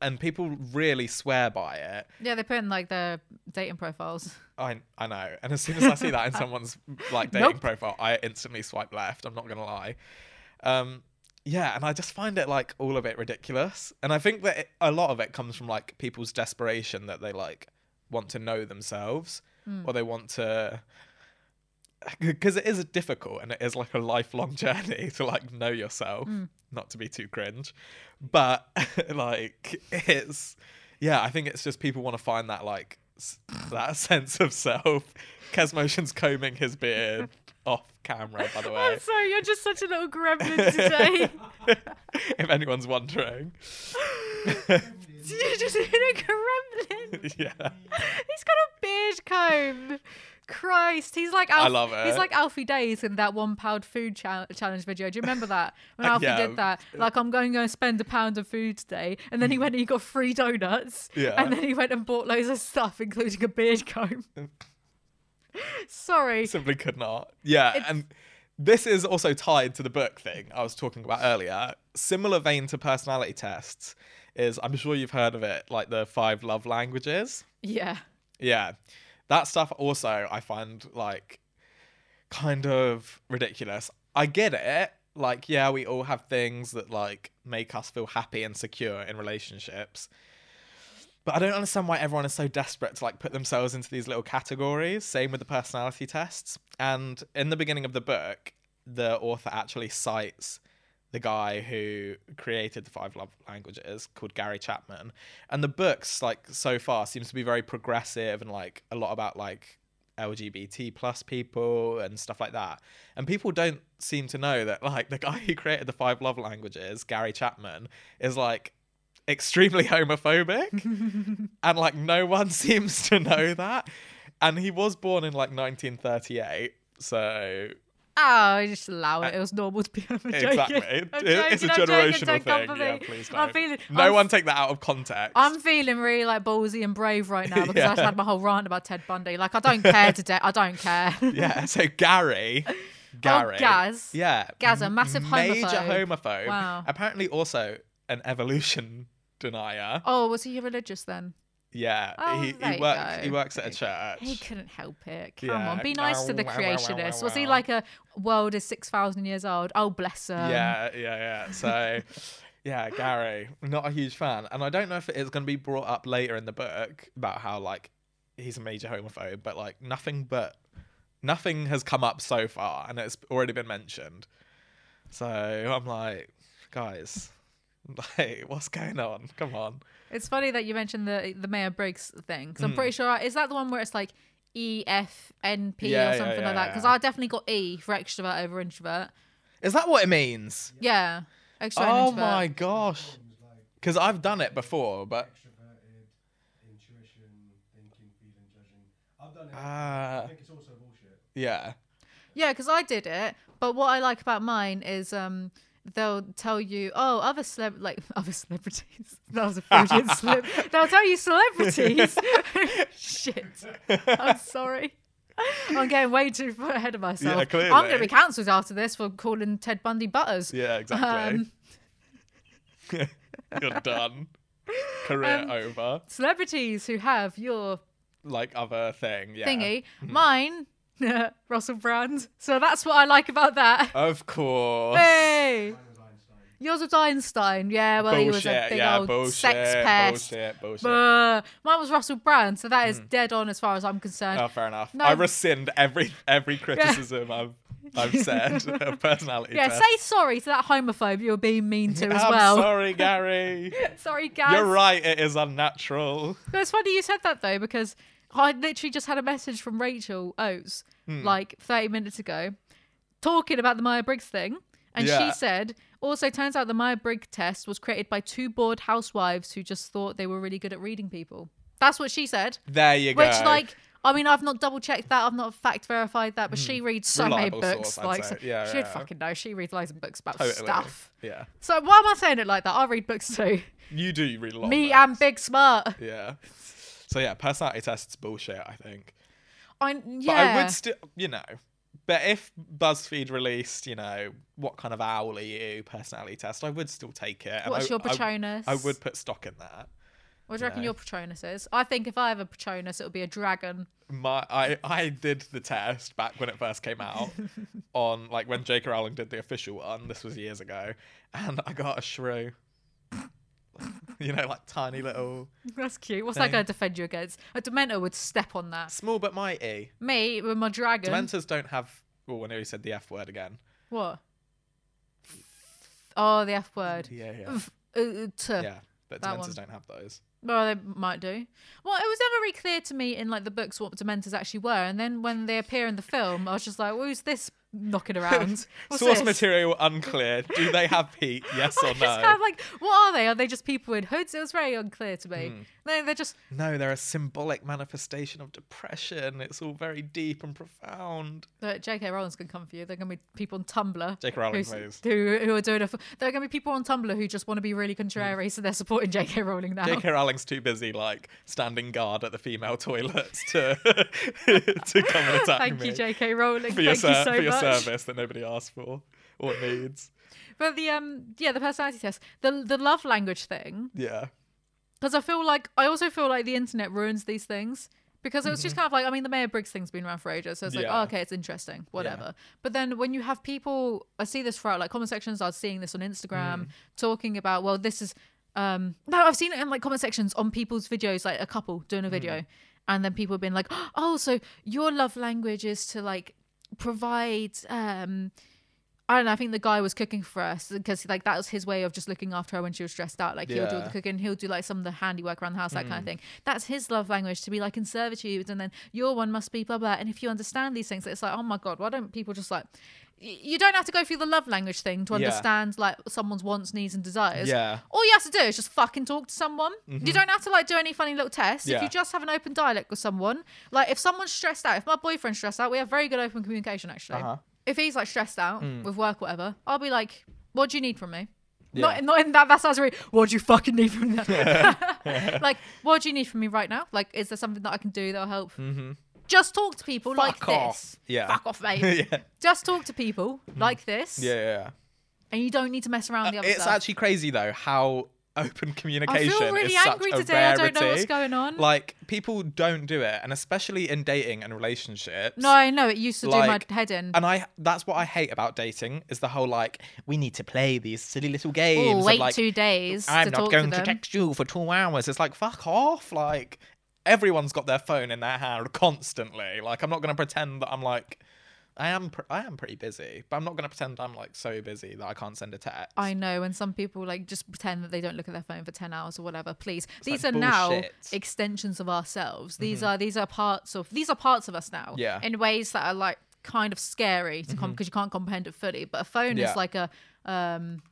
S3: and people really swear by it.
S1: Yeah, they put in like their dating profiles.
S3: I I know. And as soon as I see that in someone's like dating
S1: Nope.
S3: profile, I instantly swipe left. I'm not gonna lie. Um, yeah, and I just find it like all of it ridiculous. And I think that it, a lot of it comes from like people's desperation that they like want to know themselves or they want to because it is difficult and it is like a lifelong [laughs] journey to like know yourself not to be too cringe but [laughs] like it's yeah i think it's just people want to find that like s- that [laughs] sense of self kesmotion's combing his beard off camera by the way
S1: I'm sorry, you're just such a little gremlin
S3: [laughs]
S1: today. [laughs]
S3: if anyone's wondering
S1: you're just in a gremlin. [laughs]
S3: yeah
S1: He's got a beard comb. Christ, he's like Alf-
S3: I love
S1: He's
S3: it.
S1: like Alfie Days in that one pound food chal- challenge video. Do you remember that
S3: [laughs]
S1: when Alfie
S3: Yeah.
S1: did that? Like, I'm going to spend a pound of food today, and then he went and he got free donuts,
S3: Yeah.
S1: and then he went and bought loads of stuff, including a beard
S3: [laughs]
S1: comb. Sorry,
S3: simply could not. Yeah,
S1: It's-
S3: and this is also tied to the book thing I was talking about earlier. Similar vein to personality tests is I'm sure you've heard of it, like the five love languages.
S1: yeah,
S3: Yeah. That stuff also I find like kind of ridiculous. I get it. Like, yeah, we all have things that like make us feel happy and secure in relationships. But I don't understand why everyone is so desperate to like put themselves into these little categories. Same with the personality tests. And in the beginning of the book, the author actually cites the guy who created the five love languages called Gary Chapman. And the books, like so far, seems to be very progressive and like a lot about like LGBT plus people and stuff like that. And people don't seem to know that like the guy who created the five love languages, Gary Chapman, is like extremely [laughs] homophobic.
S1: [laughs]
S3: and like no one [laughs] seems to know that. And he was born in like 1938. So
S1: Oh, just allow it. It was normal to be. [laughs] I'm joking.
S3: Uh, Exactly. It-
S1: I'm
S3: it's a
S1: joking, I'm joking,
S3: generational
S1: don't come
S3: thing.
S1: for
S3: Yeah,
S1: me.
S3: please
S1: I'm
S3: don't.
S1: feeling-
S3: no
S1: I'm
S3: one take that out of context.
S1: [laughs] I'm feeling really like ballsy and brave right
S3: [laughs]
S1: now because I just [laughs]
S3: Yeah. [laughs]
S1: had my whole rant about Ted Bundy. Like I don't care today. I don't care.
S3: yeah, so Gary Gary.
S1: Oh, Gaz.
S3: Yeah.
S1: Gaz, a
S3: m-
S1: massive
S3: Major
S1: homophobe.
S3: homophobe.
S1: Wow.
S3: Apparently also an evolution [laughs] denier.
S1: Oh, was he religious then?
S3: Yeah.
S1: Oh,
S3: he
S1: there
S3: he
S1: you
S3: works he
S1: go.
S3: works at a
S1: He
S3: church.
S1: couldn't help it. Come
S3: Yeah.
S1: on, be nice to the
S3: Wow, wow, wow, wow,
S1: creationists. Was he
S3: wow.
S1: like a world is six thousand years old? Oh, bless him.
S3: yeah, yeah, yeah. So yeah, Gary, not a huge fan. And I don't know if it is gonna be brought up later in the book about how like he's a major homophobe, but like nothing but nothing has come up so far and it's already been mentioned. So I'm like, guys, [laughs] like, what's going on? Come on.
S1: It's funny that you mentioned the the mayor breaks thing because I'm
S3: Hmm.
S1: pretty sure is that the one where it's like E F N P or
S3: Yeah, yeah,
S1: something
S3: yeah,
S1: like that because
S3: yeah.
S1: I definitely got E for extrovert over introvert.
S3: Is that what it means?
S1: Yeah, extrovert. and
S3: Oh
S1: introvert.
S3: my gosh.
S2: Problems like
S3: Because I've done it before, but
S2: extroverted, intuition, thinking, feeling, judging. I've done it.
S3: Ah.
S2: I think it's also bullshit.
S3: yeah.
S1: Yeah, because I did it. But what I like about mine is um they'll tell you, oh, other celeb like [laughs] other celebrities. [laughs] That was a Freudian
S3: [laughs]
S1: slip. They'll tell you celebrities. Shit. I'm sorry. I'm getting way too far ahead of myself.
S3: Yeah,
S1: I'm going
S3: clearly.
S1: to be cancelled after this for calling Ted Bundy butters.
S3: Yeah,
S1: Um.
S3: exactly. [laughs] You're done. Career over.
S1: Celebrities who have your
S3: Like other thing. Yeah. Mm-hmm.
S1: thingy, mine, [laughs] Russell Brand. So that's what I like about
S3: [laughs]
S1: that.
S3: Of course.
S1: Hey,
S2: Mine was Einstein.
S1: yours was Einstein. Yeah, well,
S3: bullshit.
S1: he was a big
S3: yeah,
S1: old
S3: bullshit,
S1: sex pest.
S3: Bullshit. Bullshit.
S1: Buh. Mine was Russell Brand, so that is dead on as far as I'm concerned.
S3: oh, fair enough.
S1: No.
S3: I rescind every
S1: [laughs]
S3: every criticism I've I've said of personality.
S1: yeah,
S3: test.
S1: say sorry to that homophobe you were being mean
S3: [laughs]
S1: to as
S3: I'm
S1: well.
S3: sorry, Gary.
S1: [laughs] sorry, guys.
S3: You're right. It is unnatural.
S1: No, it's funny you said that though, because I literally just had a message from Rachel Oates
S3: Hmm.
S1: like 30 minutes ago talking about the Maya Briggs thing. And
S3: Yeah.
S1: she said, also turns out the Maya Briggs test was created by two bored housewives who just thought they were really good at reading people. That's what she said.
S3: There you go.
S1: Which, like, I mean, I've not double checked that. I've not fact verified that, but she reads so
S3: Hmm. Reliable
S1: many books.
S3: source, I'd
S1: like,
S3: say.
S1: so-
S3: Yeah,
S1: she'd
S3: yeah.
S1: fucking know. She reads loads of books about
S3: Totally.
S1: stuff.
S3: Yeah.
S1: So why am I saying it like that? I read books too.
S3: You do read a lot. of
S1: Me
S3: books.
S1: and Big Smart.
S3: Yeah. So yeah, personality tests bullshit. I think.
S1: I yeah.
S3: But I would still, you know. But if BuzzFeed released, you know, what kind of owl are you personality test, I would still take it. and
S1: What's
S3: I-
S1: your
S3: I-
S1: Patronus?
S3: I, would put stock in that.
S1: What do you reckon
S3: know.
S1: your Patronus is? I think if I have a Patronus, it'll be a dragon.
S3: My, I, I did the test back when it first
S1: [laughs]
S3: came out on like when J.K. Rowling did the official one. This was years ago, and I got a shrew. [laughs] you know, like tiny little,
S1: [laughs] That's cute. What's that
S3: Thing.
S1: going to defend you against? A Dementor would step on that.
S3: small but mighty.
S1: Me with my dragon.
S3: Dementors don't have. Oh, I nearly said the F word again.
S1: What? Oh, the F word.
S3: Yeah, yeah,
S1: Oof, uh, uh, t.
S3: yeah. But
S1: That one.
S3: Dementors don't have those.
S1: Well, they might do. Well, it was never very clear to me in like the books what Dementors actually were, and then when they appear in the film, I was just like, "Who's this knocking [laughs]
S3: [laughs]
S1: around?" What's
S3: Source
S1: this?
S3: material unclear. Do they have heat? Yes
S1: I [laughs]
S3: or
S1: just kind
S3: no?
S1: of like, what are they? Are they just people in hoods? It was very unclear to me.
S3: Hmm.
S1: No, they're just
S3: No, they're a symbolic manifestation of depression. It's all very deep and profound.
S1: But J.K. Rowling's gonna come for you. They're gonna be people on Tumblr.
S3: J.K. Rowling,
S1: who's-
S3: please.
S1: Who, who are doing a? They're gonna be people on Tumblr who just want to be really contrary, so they're supporting J.K. Rowling now.
S3: J.K. Rowling's too busy, like standing guard at the female toilets
S1: [laughs]
S3: to to come and attack
S1: Thank
S3: me
S1: you, J.K. Rowling.
S3: for your
S1: Thank
S3: ser-
S1: you so
S3: for your
S1: much.
S3: service that nobody asked for or needs.
S1: But the um, yeah, the personality test, the the love language thing,
S3: Yeah,
S1: because I feel like I also feel like the internet ruins these things. Because it was just kind of like, I mean, the Mayor Briggs thing's been around for ages, so it's like,
S3: Mm-hmm. Yeah.
S1: oh, okay, it's interesting, whatever. But then when you have people, I see this throughout like comment sections. I was seeing this on
S3: Mm.
S1: Instagram talking about, well, this is, um no, I've seen it in like comment sections on people's videos, like a couple doing
S3: Mm.
S1: a video, and then people have been like, [gasps] oh, so your love language is to like provide, um I don't know. I think the guy was cooking for us because like that was his way of just looking after her when she was stressed out. Like he'll do all
S3: Yeah.
S1: the cooking, he'll do like some of the handiwork around the house, that
S3: Mm.
S1: kind of thing. That's his love language to be like in servitude, and then your one must be blah blah. And if you understand these things, it's like oh my god, why don't people just like? y- You don't have to go through the love language thing to
S3: Yeah.
S1: understand like someone's wants, needs, and desires.
S3: Yeah. Mm-hmm.
S1: All you have to do is just fucking talk to someone. You don't have to like do any funny little tests. If
S3: Yeah.
S1: you just have an open dialect with someone, like if someone's stressed out, if my boyfriend's stressed out, we have very good open communication actually.
S3: Uh-huh. Mm.
S1: If he's like stressed out with work, whatever, I'll be like, "What do you need from me?"
S3: Yeah.
S1: Not, not in that. That sounds really. What do you fucking need from [laughs] me?
S3: [laughs]
S1: like, what do you need from me right now? Like, is there something that I can do that'll help? just talk to people like
S3: Hmm. Fuck off.
S1: this.
S3: Mm-hmm. Yeah.
S1: Fuck off, mate.
S3: [laughs] yeah. yeah,
S1: Just talk to people like this.
S3: yeah. Uh,
S1: And you don't need to mess around with the other
S3: It's
S1: stuff.
S3: actually crazy though how open [laughs]
S1: I
S3: communication
S1: feel really
S3: is such
S1: angry
S3: a
S1: today.
S3: rarity.
S1: I don't know what's going on.
S3: Like people don't do it, and especially in dating and relationships.
S1: no, I know. It used to
S3: like-
S1: do my head in.
S3: And I that's what I hate about dating is the whole like we need to play these silly little games.
S1: Oh,
S3: of,
S1: wait
S3: like,
S1: two days.
S3: I'm
S1: to
S3: not
S1: talk
S3: going
S1: to,
S3: to
S1: them.
S3: text you for two hours. It's like fuck off. Like everyone's got their phone in their hand constantly. Like I'm not going to pretend that I'm like I am pr- I am pretty busy, but I'm not going to pretend I'm like so busy that I can't send a text.
S1: I know, and some people like just pretend that they don't look at their phone for ten hours or whatever. Please, these
S3: like
S1: are now
S3: bullshit. Mm-hmm.
S1: extensions of ourselves. These are these are parts of these are parts of us now.
S3: Yeah. Mm-hmm.
S1: In ways that are like kind of scary to come because you can't comprehend it fully. But a phone
S3: Yeah.
S1: is like a um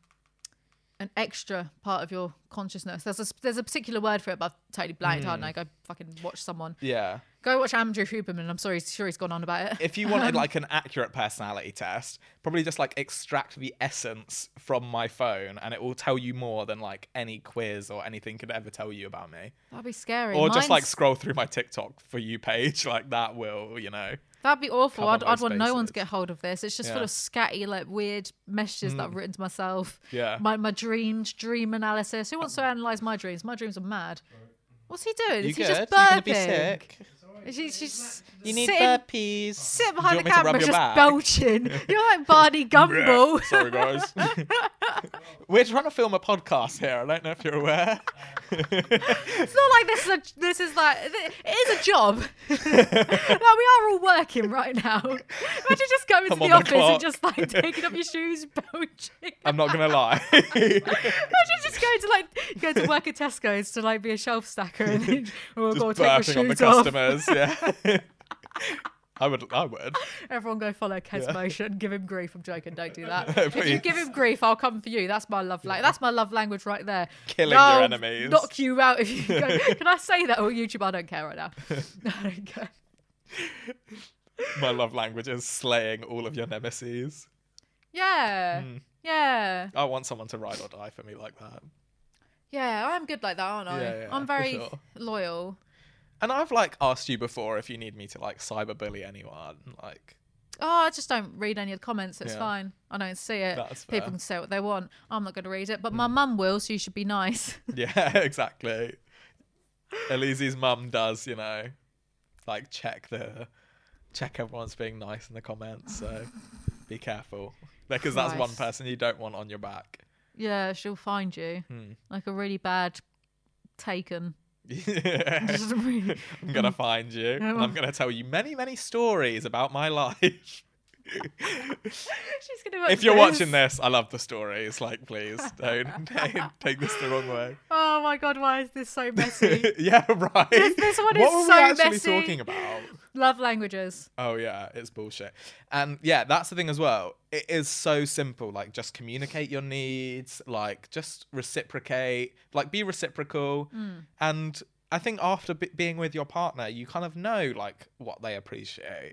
S1: an extra part of your consciousness. There's a there's a particular word for it, but I've totally blanked out. And
S3: Mm.
S1: I go fucking watch someone.
S3: yeah.
S1: Go watch Andrew Huberman. I'm sorry, sure he's gone on about it.
S3: If you wanted like an accurate personality test, probably just like extract the essence from my phone and it will tell you more than like any quiz or anything could ever tell you about me.
S1: That'd be scary.
S3: or just like
S1: Mine's-
S3: scroll through my TikTok for you page, [laughs] like that will, you know.
S1: That'd be awful.
S3: cover
S1: I'd, I'd
S3: those
S1: want no one to
S3: bases.
S1: get hold of this. It's just full
S3: Yeah. Hmm.
S1: of scatty, like weird messages that I've written to myself.
S3: Yeah.
S1: My my dreams, dream analysis. Who wants to analyze my dreams? My dreams are mad. What's he doing? Is he just burping? Is she, she's sitting,
S3: burpees.
S1: sitting behind
S3: you
S1: the
S3: want me to
S1: camera
S3: rub your
S1: just
S3: back?
S1: belching.
S3: [laughs]
S1: You're like Barney Gumble.
S3: Sorry guys. [laughs]
S1: [laughs]
S3: We're trying to film a podcast here. I don't know if you're aware.
S1: it's not like this is a, this is like it is a job. [laughs] like we are all working right
S3: [laughs]
S1: now. Imagine just going to
S3: I'm
S1: the
S3: on the
S1: office
S3: clock.
S1: and just like taking off your shoes, [laughs] belching.
S3: I'm not gonna lie. [laughs]
S1: Imagine just going to like go to work at Tesco's to like be a shelf stacker and [laughs] then
S3: [laughs]
S1: oh, I've got
S3: just
S1: to take my
S3: burping on the
S1: shoes off.
S3: customers.
S1: [laughs]
S3: Yeah. I would. I would.
S1: Everyone go follow Kes motion. Give him grief. I'm joking. Don't do
S3: [laughs]
S1: that.
S3: No,
S1: if you give
S3: please.
S1: him grief, I'll come for you. That's my love language. That's my love language right there.
S3: Killing your
S1: I'll
S3: enemies.
S1: Knock you out if you
S3: [laughs]
S1: go. Can I say that on YouTube? I don't care right now. [laughs] I don't care.
S3: My love language is slaying all of your nemesis.
S1: Yeah.
S3: Hmm.
S1: Yeah.
S3: I want someone to ride or die for me like that.
S1: Yeah. I'm good like that, aren't I?
S3: Yeah, yeah,
S1: I'm
S3: for
S1: very
S3: sure.
S1: loyal.
S3: And I've like asked you before if you need me to like cyberbully anyone. Like,
S1: Oh, I just don't read any of the comments. It's
S3: Yeah.
S1: fine. I don't see it.
S3: That's
S1: Uh, People
S3: fair. Hmm.
S1: can say what they want. I'm not going to read it, but my mum will, so you should be nice. [laughs]
S3: yeah, [laughs] exactly. Elise's mum does, you know, like check the check everyone's being nice in the comments. So be careful because that's one
S1: Christ.
S3: person you don't want on your back. [laughs]
S1: yeah, she'll find you.
S3: Hmm.
S1: Like a really bad
S3: [laughs]
S1: taken. Just really-
S3: I'm gonna find you. and
S1: Oh.
S3: I'm gonna tell you many, many stories about my life.
S1: She's going to
S3: if you're watching this, I love the stories. Like, please
S1: [laughs]
S3: don't, don't take this the wrong way.
S1: Oh my god, why is this
S3: [laughs]
S1: so messy?
S3: yeah, right.
S1: This- this one
S3: what
S1: is so
S3: were we actually
S1: messy.
S3: talking about?
S1: Love languages.
S3: Oh yeah, it's bullshit. And yeah, that's the thing as well. It is so simple. Like just communicate your needs. Like just reciprocate. Like be reciprocal. And I think after b- being with your partner, you kind of know like what they appreciate.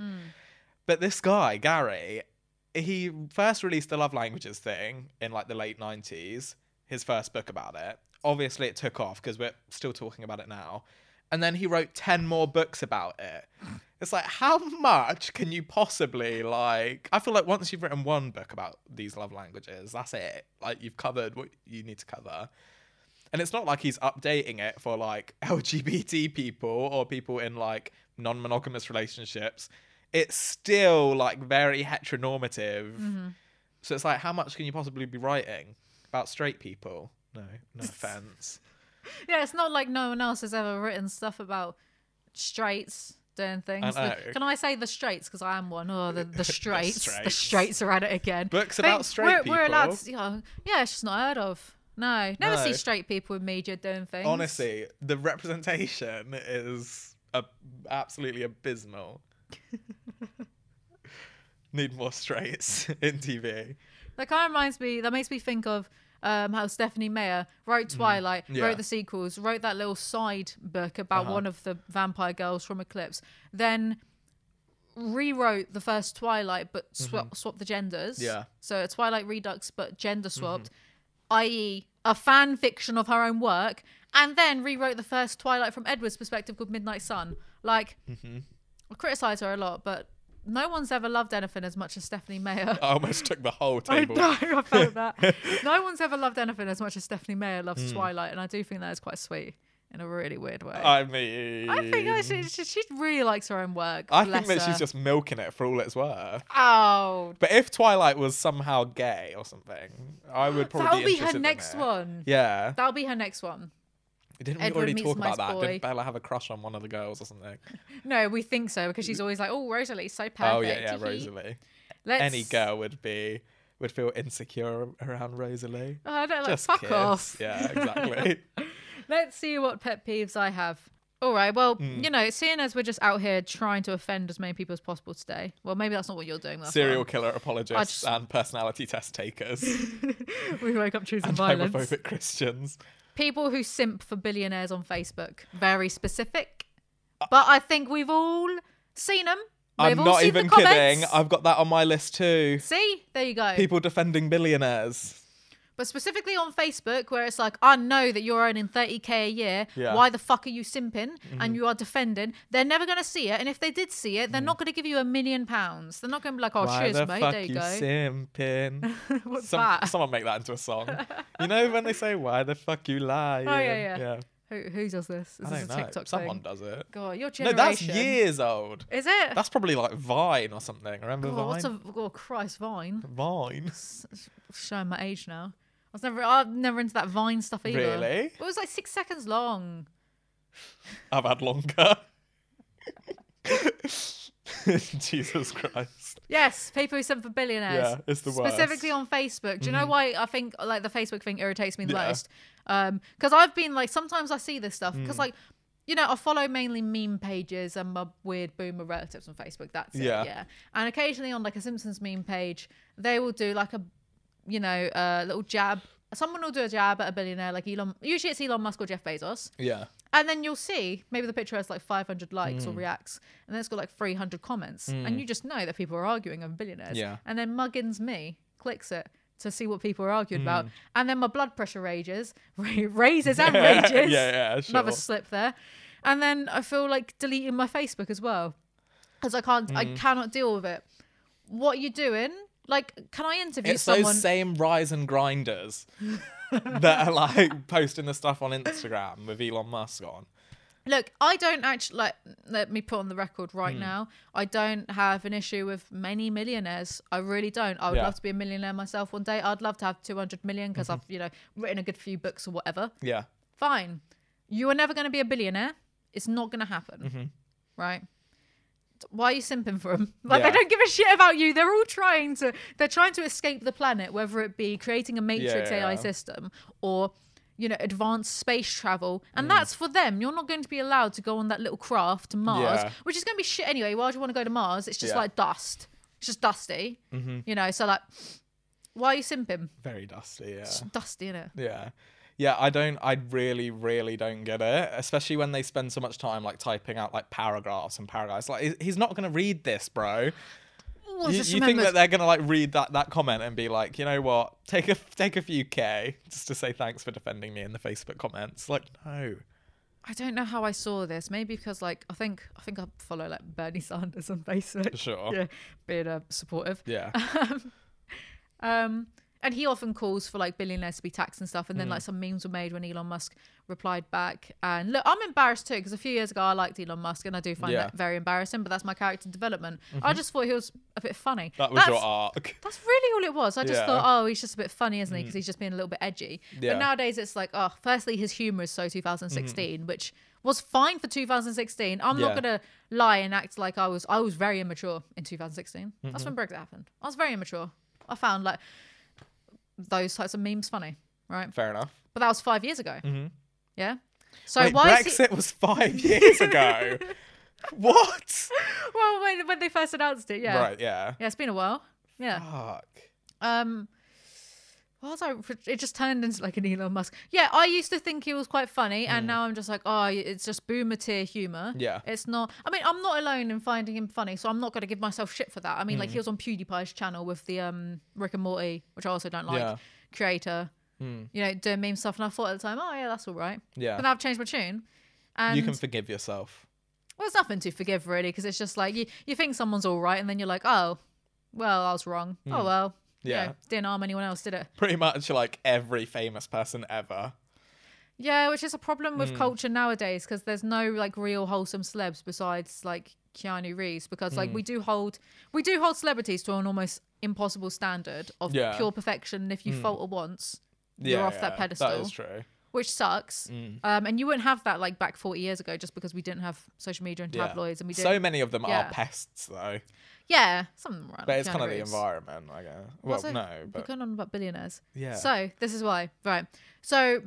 S3: But this guy Gary, he first released the love languages thing in like the late nineties. His first book about it. Obviously, it took off because we're still talking about it now. And then he wrote ten more books about it. It's like, how [laughs] much can you possibly like? I feel like once you've written one book about these love languages, that's it. Like you've covered what you need to cover. And it's not like he's updating it for like [laughs] LGBT people or people in like non monogamous relationships. It's still like very heteronormative. So it's like, how much can you possibly be writing about straight people? No, no offense.
S1: Yeah, it's not like no one else has ever written stuff about straights doing things. The-
S3: know.
S1: can I say the straights? Because I am one. Oh, the,
S3: [laughs]
S1: the straights. the,
S3: straights.
S1: straights. are at it again.
S3: Books
S1: Think
S3: about straight
S1: we're,
S3: people.
S1: We're allowed to, you know, yeah, it's just not heard of. No, never
S3: No.
S1: see straight people in media doing things.
S3: Honestly, the representation is ab-
S1: [laughs]
S3: absolutely abysmal. Need more straights [laughs] in TV.
S1: That kind of reminds me, that makes me think of um, how Stephanie Meyer wrote Twilight,
S3: Mm-hmm. Yeah. Uh-huh.
S1: wrote the sequels, wrote that little side book about one of the vampire girls from Eclipse, then rewrote the first Twilight but sw- swapped the genders.
S3: Mm-hmm. Yeah. Mm-hmm.
S1: So a Twilight Redux but gender swapped, i.e., a fan fiction of her own
S3: Mm-hmm.
S1: work, and then rewrote the first Twilight from Edward's perspective called Midnight Sun. Like, I criticize her a lot, but no one's ever loved anything as much as Stephanie
S3: [laughs]
S1: Mayer.
S3: I almost took the whole
S1: I
S3: table.
S1: know, I felt
S3: [laughs]
S1: that. no one's ever loved anything as much as Stephanie Mayer loves
S3: Hmm.
S1: Twilight, and I do think that is quite sweet in a really weird way. I,
S3: I mean,
S1: think I, she, she, she really likes her own work.
S3: I
S1: bless
S3: think that she's
S1: her.
S3: just milking it for all it's worth.
S1: Oh,
S3: But if Twilight was somehow gay or something, I would probably
S1: that'll be her
S3: interested in
S1: next
S3: it.
S1: one.
S3: Yeah,
S1: That'll be her next one.
S3: didn't we
S1: Edward
S3: already
S1: meets
S3: talk
S1: Mice
S3: about that?
S1: Boy.
S3: Didn't Bella have a crush on one of the girls or something?
S1: No, we think so because she's always like, "Oh, Rosalie's so perfect."
S3: Oh yeah, yeah,
S1: hee-hee."
S3: Rosalie.
S1: Let's...
S3: Any girl would be would feel insecure around Rosalie.
S1: Oh, I don't like.
S3: just
S1: fuck
S3: kiss.
S1: off.
S3: Yeah,
S1: [laughs]
S3: exactly.
S1: Let's see what pet peeves I have. All right. Well,
S3: Hmm.
S1: you know, seeing as we're just out here trying to offend as many people as possible today. Well, maybe that's not what you're doing. That's
S3: Serial
S1: fine.
S3: killer apologists
S1: just-
S3: and personality test takers,
S1: [laughs] we wake up choosing
S3: and
S1: violence.
S3: homophobic Christians.
S1: People who simp for billionaires on Facebook. Very specific. But I think we've all seen them. We've
S3: Uh, I'm
S1: all
S3: not
S1: seen
S3: even
S1: the comments.
S3: kidding. I've got that on my list too.
S1: See, there you go.
S3: People defending billionaires.
S1: But specifically on Facebook, where it's like, I know that you're earning 30k a year.
S3: Yeah. Mm-hmm.
S1: Why the fuck are you simping and you are defending? They're never going to see it. And if they did see it, they're not going to give you a million pounds. They're not going to be like, oh,
S3: Mm. Why
S1: cheers,
S3: the
S1: mate.
S3: fuck
S1: there you
S3: you
S1: go.
S3: simping?
S1: [laughs] What's
S3: Some,
S1: that? [laughs]
S3: Someone make that into a song. you know when they say "Why the fuck you lie"?
S1: Oh, yeah, yeah.
S3: yeah.
S1: Who, who does this? Is
S3: I
S1: this
S3: don't
S1: a
S3: know.
S1: TikTok thing?
S3: Someone does it.
S1: God, your
S3: No,
S1: generation.
S3: that's years old.
S1: Is it?
S3: That's probably like Vine or something. Remember
S1: God,
S3: Vine?
S1: what's a oh Christ Vine?
S3: Vine.
S1: S- s- Showing my age now. I was never, I'm never into that Vine stuff either.
S3: Really?
S1: It was like six seconds long.
S3: I've had longer. [laughs] Jesus Christ.
S1: Yes, people who send for billionaires.
S3: Yeah, it's the worst. Mm-hmm.
S1: Specifically on Facebook. Do you know why I think like the Facebook thing irritates me the
S3: Yeah.
S1: most? Um, because I've been like sometimes I see this stuff
S3: Mm.
S1: because like you know I follow mainly meme pages and my weird boomer relatives on Facebook. That's
S3: Yeah.
S1: it, yeah. And occasionally on like a Simpsons meme page, they will do like a you know a little jab. Someone will do a jab at a billionaire like Elon. Usually it's Elon Musk or Jeff Bezos.
S3: Yeah.
S1: And then you'll see maybe the picture has like 500 likes or
S3: Mm.
S1: reacts, and then it's got like 300 comments, and you just know that people are arguing over billionaires.
S3: Yeah.
S1: And then Muggins me clicks it to see what people are arguing
S3: Mm.
S1: about, and then my blood pressure rages, [laughs] ra- raises and
S3: [laughs] yeah,
S1: rages.
S3: yeah, sure.
S1: Another slip there, and then I feel like deleting my Facebook as well, because I can't, I
S3: Mm.
S1: cannot deal with it. What are you doing? Like, can I interview
S3: It's
S1: someone?
S3: those same rise and
S1: [laughs]
S3: grinders that are like posting the stuff on Instagram with Elon Musk on.
S1: Look, I don't actually like. Let me put on the record right now. I don't have an issue with many millionaires. I really don't. I would
S3: Yeah.
S1: love to be a millionaire myself one day. I'd love to have two hundred million because I've you know written a good few books or whatever.
S3: Yeah.
S1: Fine. You are never going to be a billionaire. It's not going to happen,
S3: Mm-hmm.
S1: right? Why are you simping for them? [laughs] Like
S3: Yeah.
S1: they don't give a shit about you. They're all trying to. They're trying to escape the planet, whether it be creating a matrix
S3: Yeah.
S1: AI system or you know advanced space travel,
S3: Mm.
S1: and that's for them. You're not going to be allowed to go on that little craft to Mars,
S3: Yeah.
S1: which is going to be shit anyway. Why do you want to go to Mars? It's just
S3: Yeah. Mm-hmm.
S1: like dust. It's just dusty. You know. So like, why are you simping?
S3: Very dusty, yeah.
S1: It's dusty, innit?
S3: Yeah. Yeah, I don't I really, really don't get it. Especially when they spend so much time like typing out like paragraphs and paragraphs. Like he- he's not gonna read this, bro.
S1: Oh, I
S3: You,
S1: just
S3: you think
S1: remembered-
S3: that they're gonna like read that, that comment and be like, you know what, take a take a few K just to say thanks for defending me in the Facebook comments. Like, no.
S1: I don't know how I saw this. Maybe because like I think I think I follow like Bernie [laughs] Sanders on Facebook.
S3: Sure.
S1: Yeah, being uh, supportive.
S3: Yeah.
S1: [laughs] Um, and he often calls for like billionaires to be taxed and stuff. And
S3: Mm.
S1: then like some memes were made when Elon Musk replied back. And look, I'm embarrassed too because a few years ago I liked Elon Musk and I do find
S3: Yeah. Mm-hmm.
S1: that very embarrassing. But that's my character development. I just thought he was a bit funny.
S3: That was
S1: that's,
S3: your arc.
S1: That's really all it was. I just
S3: Yeah. Mm.
S1: thought, oh, he's just a bit funny, isn't he? Because he's just being a little bit edgy.
S3: Yeah.
S1: But nowadays, it's like, oh, firstly, his humor is so 2016, which was fine for 2016. I'm
S3: Mm-hmm. Yeah.
S1: not gonna lie and act like I was. I was very immature in 2016. That's when Brexit happened. I was very immature. I found like those types of memes funny, right?
S3: Fair enough.
S1: But that was five years ago. Yeah. So
S3: Mm-hmm. Wait,
S1: why is he-
S3: Brexit was five years ago. what?
S1: [laughs] well, when, when they first announced it, yeah,
S3: Right, yeah.
S1: yeah, it's been a while. Yeah.
S3: Fuck.
S1: um what was I? It just turned into like an Elon Musk. Yeah, I used to think he was quite funny, and now I'm just like, oh, it's just boomer tier humor.
S3: Yeah.
S1: it's not. I mean, I'm not alone in finding him funny, so I'm not going to give myself shit for that. I
S3: Mm.
S1: mean, like he was on PewDiePie's channel with the um Rick and Morty, which I also don't like
S3: Yeah. Hmm.
S1: creator. You know, doing meme stuff, and I thought at the time, oh yeah, that's all right.
S3: Yeah.
S1: But now I've changed my tune, and
S3: you can forgive yourself.
S1: Well, it's nothing to forgive really, because it's just like you, you think someone's all right, and then you're like, oh, well, I was wrong. Oh well. you know,
S3: Hmm. Yeah.
S1: didn't harm anyone else, did it?
S3: Pretty much like every famous person ever.
S1: Yeah, which is a problem
S3: Hmm.
S1: with culture nowadays because there's no like real wholesome celebs besides like Keanu Reeves because
S3: Hmm.
S1: like we do hold we do hold celebrities to an almost impossible standard of
S3: Yeah. Hmm.
S1: pure perfection. And if you falter once,
S3: Yeah,
S1: you're off that
S3: yeah,
S1: pedestal,
S3: That is true. Hmm.
S1: which sucks. Um, and you wouldn't have that like back 40 years ago just because we didn't have social media and
S3: Yeah.
S1: tabloids and we didn't.
S3: so many of them
S1: yeah.
S3: are pests, though.
S1: yeah, some of them were.
S3: But
S1: like
S3: it's
S1: Keanu
S3: kind of the
S1: Reeves.
S3: environment, I guess. Well,
S1: Also,
S3: no,
S1: we're
S3: but
S1: going on about billionaires.
S3: yeah.
S1: So this is why, right? So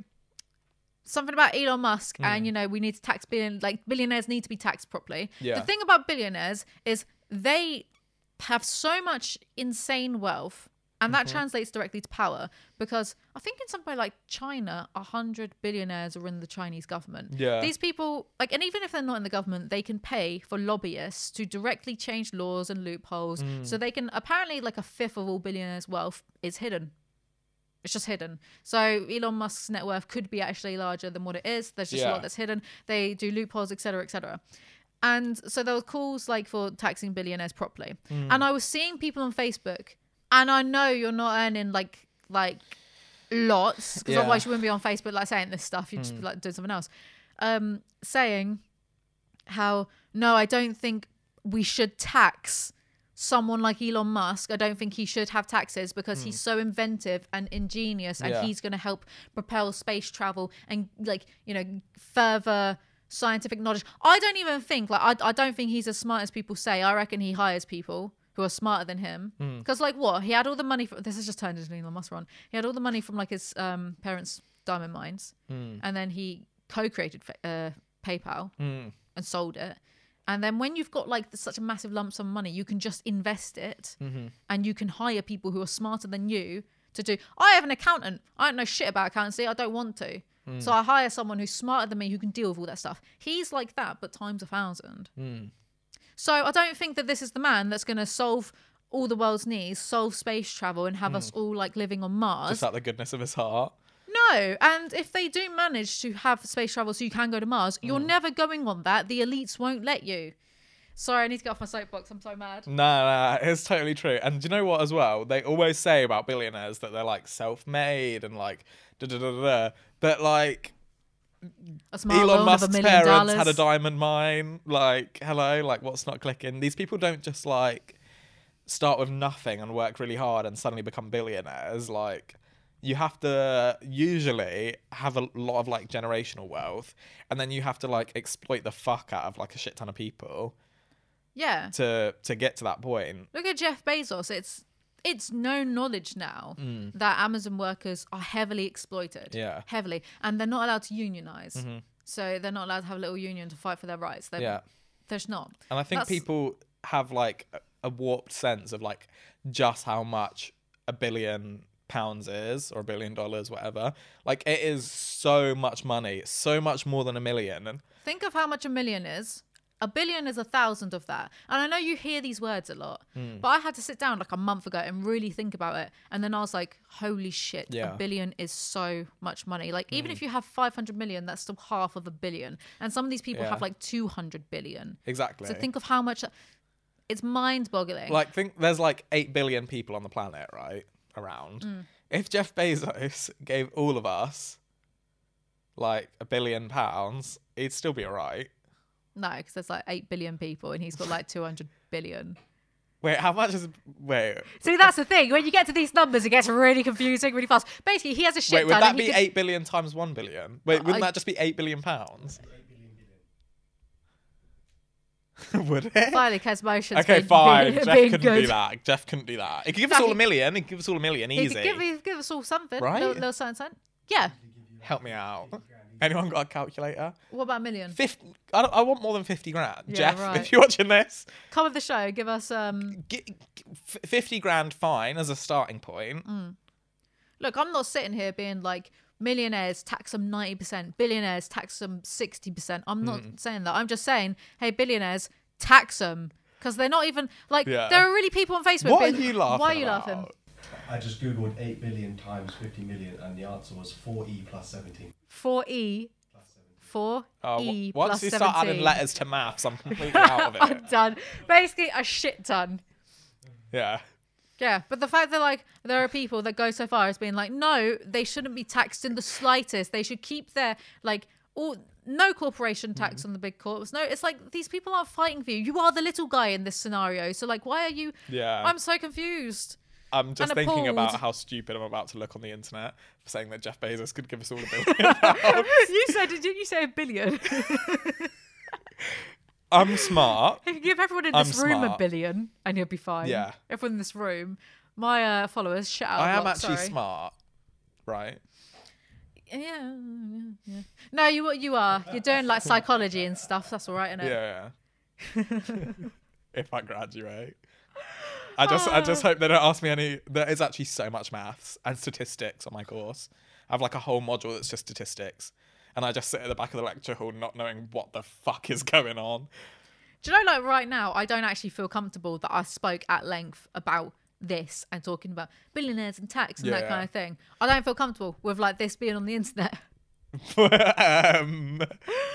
S1: something about Elon Musk,
S3: Hmm.
S1: and you know, we need to tax billion like billionaires need to be taxed properly.
S3: Yeah.
S1: The thing about billionaires is they have so much insane wealth. And
S3: Mm-hmm.
S1: that translates directly to power because I think in somewhere like China, a hundred billionaires are in the Chinese government.
S3: Yeah.
S1: These people, like, and even if they're not in the government, they can pay for lobbyists to directly change laws and loopholes. So
S3: Mm.
S1: they can apparently like a fifth of all billionaires' wealth is hidden. It's just hidden. So Elon Musk's net worth could be actually larger than what it is. There's just a
S3: Yeah.
S1: lot that's hidden. They do loopholes, etc., etc. And so there were calls like for taxing billionaires properly. And I was seeing people on Facebook, and I know you're not earning like like lots because
S3: Yeah.
S1: otherwise you wouldn't be on Facebook like saying this stuff. You'd just be like doing something else. Um, saying how no, I don't think we should tax someone like Elon Musk. I don't think he should have taxes because he's so inventive and ingenious, and
S3: Yeah.
S1: he's going to help propel space travel and like you know further scientific knowledge. I don't even think like I, I don't think he's as smart as people say. I reckon he hires people. Who are smarter than him? Because like what he had all the money. From, this has just turned into an Elon Musk run. He had all the money from like his um, parents' diamond mines, and then he co-created fa- uh, PayPal and sold it. And then when you've got like such a massive lump sum of money, you can just invest it, and you can hire people who are smarter than you to do. I have an accountant. I don't know shit about accountancy. I don't want to. So I hire someone who's smarter than me who can deal with all that stuff. He's like that, but times a thousand. So I don't think that this is the man that's going to solve all the world's needs, solve space travel, and have us all like living on Mars.
S3: Just out the goodness of his heart.
S1: No, and if they do manage to have space travel so you can go to Mars, you're
S3: Mm.
S1: never going on that. The elites won't let you. Sorry, I need to get off my soapbox. I'm so mad.
S3: No, no, it's totally true. And do you know what as well? They always say about billionaires that they're like self-made and like da da da da. da. But like
S1: A smart loan
S3: Elon
S1: of a
S3: Musk's
S1: million
S3: parents
S1: dollars.
S3: had a diamond mine. Like, hello, like what's not clicking? These people don't just like start with nothing and work really hard and suddenly become billionaires. Like you have to usually have a lot of like generational wealth and then you have to like exploit the fuck out of like a shit ton of people
S1: yeah.
S3: to to get to that point.
S1: Look at Jeff Bezos. It's it's known knowledge now that Amazon workers are heavily exploited.
S3: Mm. Yeah. Mm-hmm.
S1: Heavily. And they're not allowed to unionize. So they're not allowed to have a little union to fight for their rights. They're,
S3: Yeah.
S1: There's not.
S3: And I think
S1: That's-
S3: people have like a- a warped sense of like just how much a billion pounds is or a billion dollars, whatever. Like it is so much money, so much more than a million. And
S1: Think of how much a million is. A billion is a thousand of that. And I know you hear these words a lot,
S3: Hmm.
S1: but I had to sit down like a month ago and really think about it. And then I was like, holy shit,
S3: Yeah. Hmm.
S1: a billion is so much money. Like, even if you have 500 million, that's still half of a billion. And some of these people
S3: Yeah.
S1: have like 200 billion.
S3: exactly.
S1: So think of how much it's mind boggling.
S3: like think there's like 8 billion people on the planet, right? Around.
S1: Mm.
S3: If Jeff Bezos gave all of us like a billion pounds, he'd still be all right.
S1: no, because there's like 8 billion people and he's got like 200
S3: [laughs]
S1: billion.
S3: Wait, how much is wait?
S1: See, that's the thing. When you get to these numbers, it gets really confusing really fast. Basically, he has a shit
S3: Wait, would
S1: ton
S3: that
S1: and he
S3: be
S1: could- Uh,
S3: eight billion times one billion? Wait, wouldn't
S1: I-
S3: that just be eight billion pounds?
S2: 8 billion billion.
S3: [laughs] Would it?
S1: Finally, Kes motions.
S3: Okay,
S1: being- [laughs]
S3: fine.
S1: being-
S3: Jeff
S1: being
S3: couldn't
S1: good.
S3: do that. Jeff couldn't do that. He could give
S1: No,
S3: us all
S1: he-
S3: a million. He could give us all a million.
S1: He
S3: Easy.
S1: could give, he'd give us all something.
S3: Right?
S1: Little, little something, something. Yeah.
S3: Help me out. Anyone got a calculator?
S1: What about a million?
S3: Fifty. I, don't- I want more than fifty grand.
S1: Yeah,
S3: Jeff,
S1: right.
S3: if you're watching this,
S1: Come of the show. Give us. um
S3: g- g- f- fifty grand fine as a starting point.
S1: Mm. Look, I'm not sitting here being like millionaires tax them 90%, billionaires tax them 60%. I'm not
S3: Mm.
S1: saying that. I'm just saying, hey, billionaires, tax them. Because they're not even like
S3: Yeah.
S1: there are really people on Facebook.
S3: What are
S1: being-
S3: you laughing?
S1: Why are you
S3: about?
S1: laughing?
S2: I just googled E 8 billion times 50 million and the answer was 4e plus 17.
S1: Four E,
S2: Plus 17.
S1: four
S3: Oh, w-
S1: e
S3: once
S1: plus
S3: you
S1: 17.
S3: start adding letters to maths, I'm completely out of
S1: [laughs] I'm
S3: it.
S1: done. Basically, a shit ton.
S3: Yeah.
S1: Yeah, but the fact that like there are people that go so far as being like, no, they shouldn't be taxed in the slightest. They should keep their like all no corporation tax on the big corps. No, it's like these people aren't fighting for you. You are the little guy in this scenario. So like, why are you?
S3: Yeah.
S1: I'm so confused.
S3: I'm just
S1: and
S3: thinking about
S1: appalled.
S3: how stupid I'm about to look on the internet for saying that Jeff Bezos could give us all a billion. [laughs]
S1: you said, didn't you say a billion?
S3: I'm smart.
S1: [laughs] If you give everyone in
S3: I'm
S1: this room a
S3: smart.
S1: billion, and you'll be fine.
S3: Yeah.
S1: Everyone in this room, my uh, followers, shout out.
S3: I am
S1: lot,
S3: actually
S1: sorry.
S3: smart, right?
S1: Yeah, yeah, yeah. No, you you are. You're doing like psychology and stuff. That's all right, isn't it?
S3: Yeah. yeah. [laughs] if I graduate. I just I just
S1: Uh.
S3: hope they don't ask me any there is actually so much maths and statistics on my course. I have like a whole module that's just statistics. And I just sit at the back of the lecture hall not knowing what the fuck is going on. [laughs]
S1: Do you know, like right now, I don't actually feel comfortable that I spoke at length about this and talking about billionaires and tax and that
S3: Yeah.
S1: kind of thing. I don't feel comfortable with like this being on the internet [laughs]
S3: um,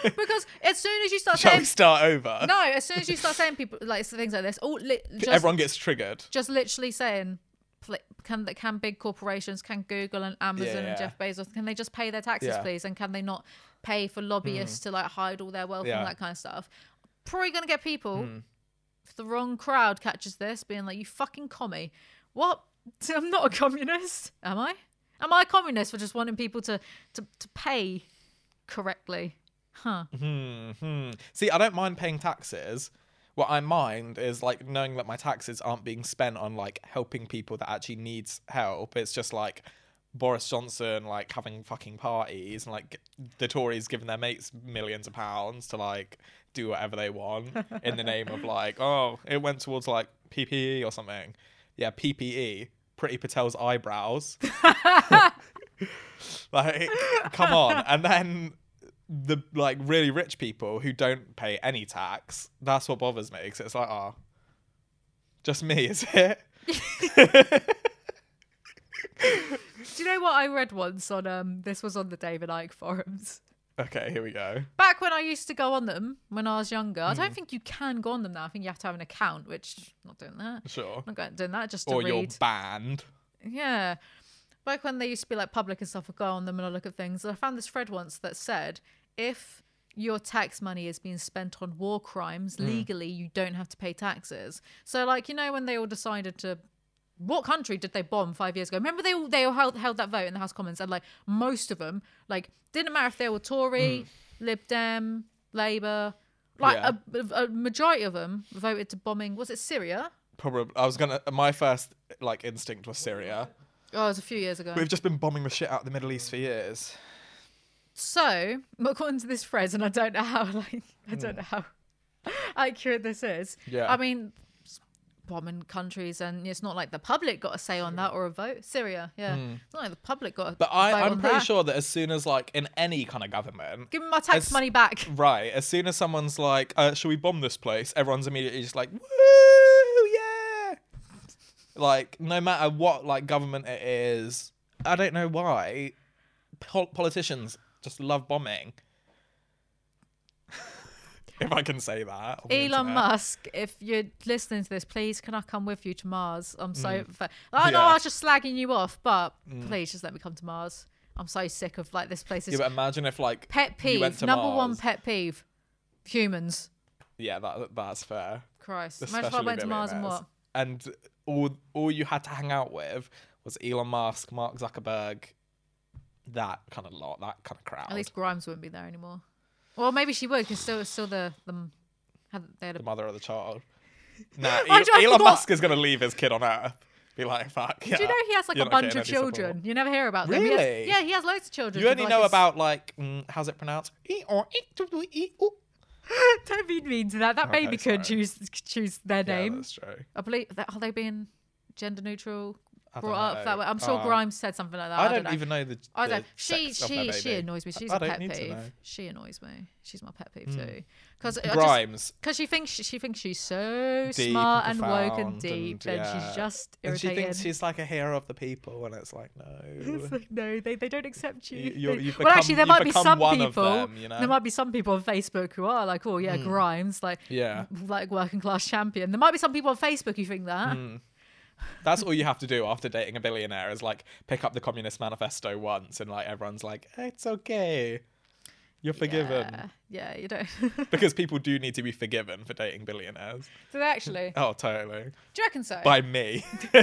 S1: because as soon as you start
S3: shall we
S1: saying
S3: start over?
S1: no, as soon as you start saying people like things like this, all li- just
S3: Everyone gets triggered.
S1: just literally saying. pl- Can can big corporations, can Google and Amazon
S3: Yeah,
S1: and Jeff Bezos, can they just pay their taxes,
S3: Yeah. Hmm.
S1: please? And can they not pay for lobbyists to like hide all their wealth
S3: Yeah. Hmm.
S1: and that kind of stuff? Probably gonna get people. If the wrong crowd catches this, being like, "You fucking commie, what? [laughs] I'm not a communist, am I? Am I a communist for just wanting people to to, to pay correctly? Huh?
S3: Hmm. See, I don't mind paying taxes. What I mind is like knowing that my taxes aren't being spent on like helping people that actually needs help. It's just like Boris Johnson like having fucking parties and like the Tories giving their mates millions of pounds to like do whatever they want in the name of like oh it went towards like PPE or something. Yeah, PPE. Pretty Patel's eyebrows. [laughs] like come on and then the like really rich people who don't pay any tax that's what bothers me 'cause it's like oh just me [laughs] is it
S1: Do you know what I read once on um? This was on the David Icke forums.
S3: okay here we go
S1: back when I used to go on them when I was younger, I don't think you can go on them now. I think you have to have an account, which I'm not doing that.
S3: sure
S1: I'm not going, doing that just to
S3: or you're
S1: read.
S3: banned
S1: yeah. Back when they used to be like public and stuff, I'd go on them and I look at things. And I found this thread once that said if your tax money is being spent on war crimes legally, you don't have to pay taxes. So, like, you know, when they all decided to. What country did they bomb five years ago? Remember, they all they all held, held that vote in the House of Commons, and like most of them, like didn't matter if they were Tory, Lib Dem, Labour, like
S3: Yeah.
S1: a, a majority of them voted to bombing. Was it Syria?
S3: probably i was gonna my first like instinct was syria
S1: Oh, it was a few years ago.
S3: we've just been bombing the shit out of the middle east for years
S1: So, according to this phrase, and I don't know how [laughs] like I don't know how [laughs] accurate this is.
S3: Hmm. Yeah.
S1: I mean, s- bombing countries, and it's not like the public got a say on that or a vote. Syria, yeah, it's not like the public got. A
S3: Hmm. but
S1: vote
S3: i i'm
S1: on
S3: pretty
S1: that.
S3: sure that as soon as like in any kind of government
S1: Give me my tax
S3: as-
S1: money
S3: [laughs]
S1: back. [laughs]
S3: Right. As soon as someone's like, uh, "Should we bomb this place?" Everyone's immediately just like, "Woo, yeah!" Like, no matter what, like government it is, I don't know why pol- politicians just love bombing. [laughs] if I can say that. on the
S1: Elon
S3: internet.
S1: Musk, if you're listening to this, please can I come with you to Mars? I'm so. fa- I know
S3: Hmm. Yeah. Hmm.
S1: I was just slagging you off, but please just let me come to Mars. I'm so sick of like this place is
S3: Yeah, but imagine if like
S1: pet
S3: you went
S1: peeve.
S3: to
S1: Number one
S3: Mars.
S1: pet peeve: humans.
S3: yeah, that that's fair.
S1: Christ. Imagine
S3: especially
S1: if I went to Mars and
S3: billionaires.
S1: what?
S3: And all all you had to hang out with was Elon Musk, Mark Zuckerberg, that kind of lot, that kind of crowd.
S1: At least Grimes wouldn't be there anymore. Well, maybe she would because still, still the the had they had a
S3: the mother of the child.
S1: [laughs]
S3: Nah,
S1: Why
S3: El-
S1: do I
S3: Elon
S1: forgot?
S3: Musk is gonna leave his kid on Earth. Be like, fuck. Yeah.
S1: Do you know he has like
S3: you're
S1: a
S3: not
S1: bunch
S3: getting
S1: of
S3: any support.
S1: children? You never hear about them. He has-
S3: Really?
S1: yeah, he has loads of children.
S3: You
S1: with,
S3: only
S1: like,
S3: know
S1: his-
S3: about like mm, how's it pronounced? E or e to the e ooh.
S1: Don't be mean to that. That
S3: Okay,
S1: baby could
S3: sorry.
S1: choose could choose their
S3: Yeah,
S1: name.
S3: that's true.
S1: I believe that are they being gender neutral?
S3: I don't
S1: brought up that
S3: know.
S1: way. I'm sure
S3: Uh,
S1: Grimes said something like that.
S3: I,
S1: I,
S3: don't,
S1: know.
S3: even know the.
S1: I
S3: the
S1: don't. She
S3: sex of
S1: she
S3: my
S1: she
S3: baby.
S1: annoys me. She's
S3: I
S1: a
S3: don't
S1: pet
S3: need to
S1: peeve.
S3: know. Hmm.
S1: She annoys me. She's my pet peeve too. Because
S3: Grimes.
S1: because she thinks she, she thinks she's so
S3: Deep
S1: smart and
S3: and
S1: woke and
S3: profound
S1: deep, and,
S3: and,
S1: she's
S3: yeah.
S1: just
S3: and she
S1: irritating. [laughs]
S3: thinks she's like a hero of the people, and it's like no.
S1: It's like, no, they, they don't accept you.
S3: You- you're-
S1: They-
S3: you've
S1: well, actually, there
S3: become- you've
S1: might be
S3: become
S1: some
S3: one of
S1: people.
S3: them, you know? Hmm.
S1: There might be some people on Facebook who are like, oh yeah, Grimes, like
S3: Yeah.
S1: like working class champion. There might be some people on Facebook who think that.
S3: Hmm, That's all you have to do after dating a billionaire is like pick up the Communist Manifesto once, and like everyone's like, it's okay, you're forgiven.
S1: Yeah, yeah, you don't. [laughs] do
S3: Because people do need to be forgiven for dating billionaires.
S1: they
S3: [laughs]
S1: actually?
S3: Oh, totally.
S1: Do you reckon so?
S3: By me. [laughs]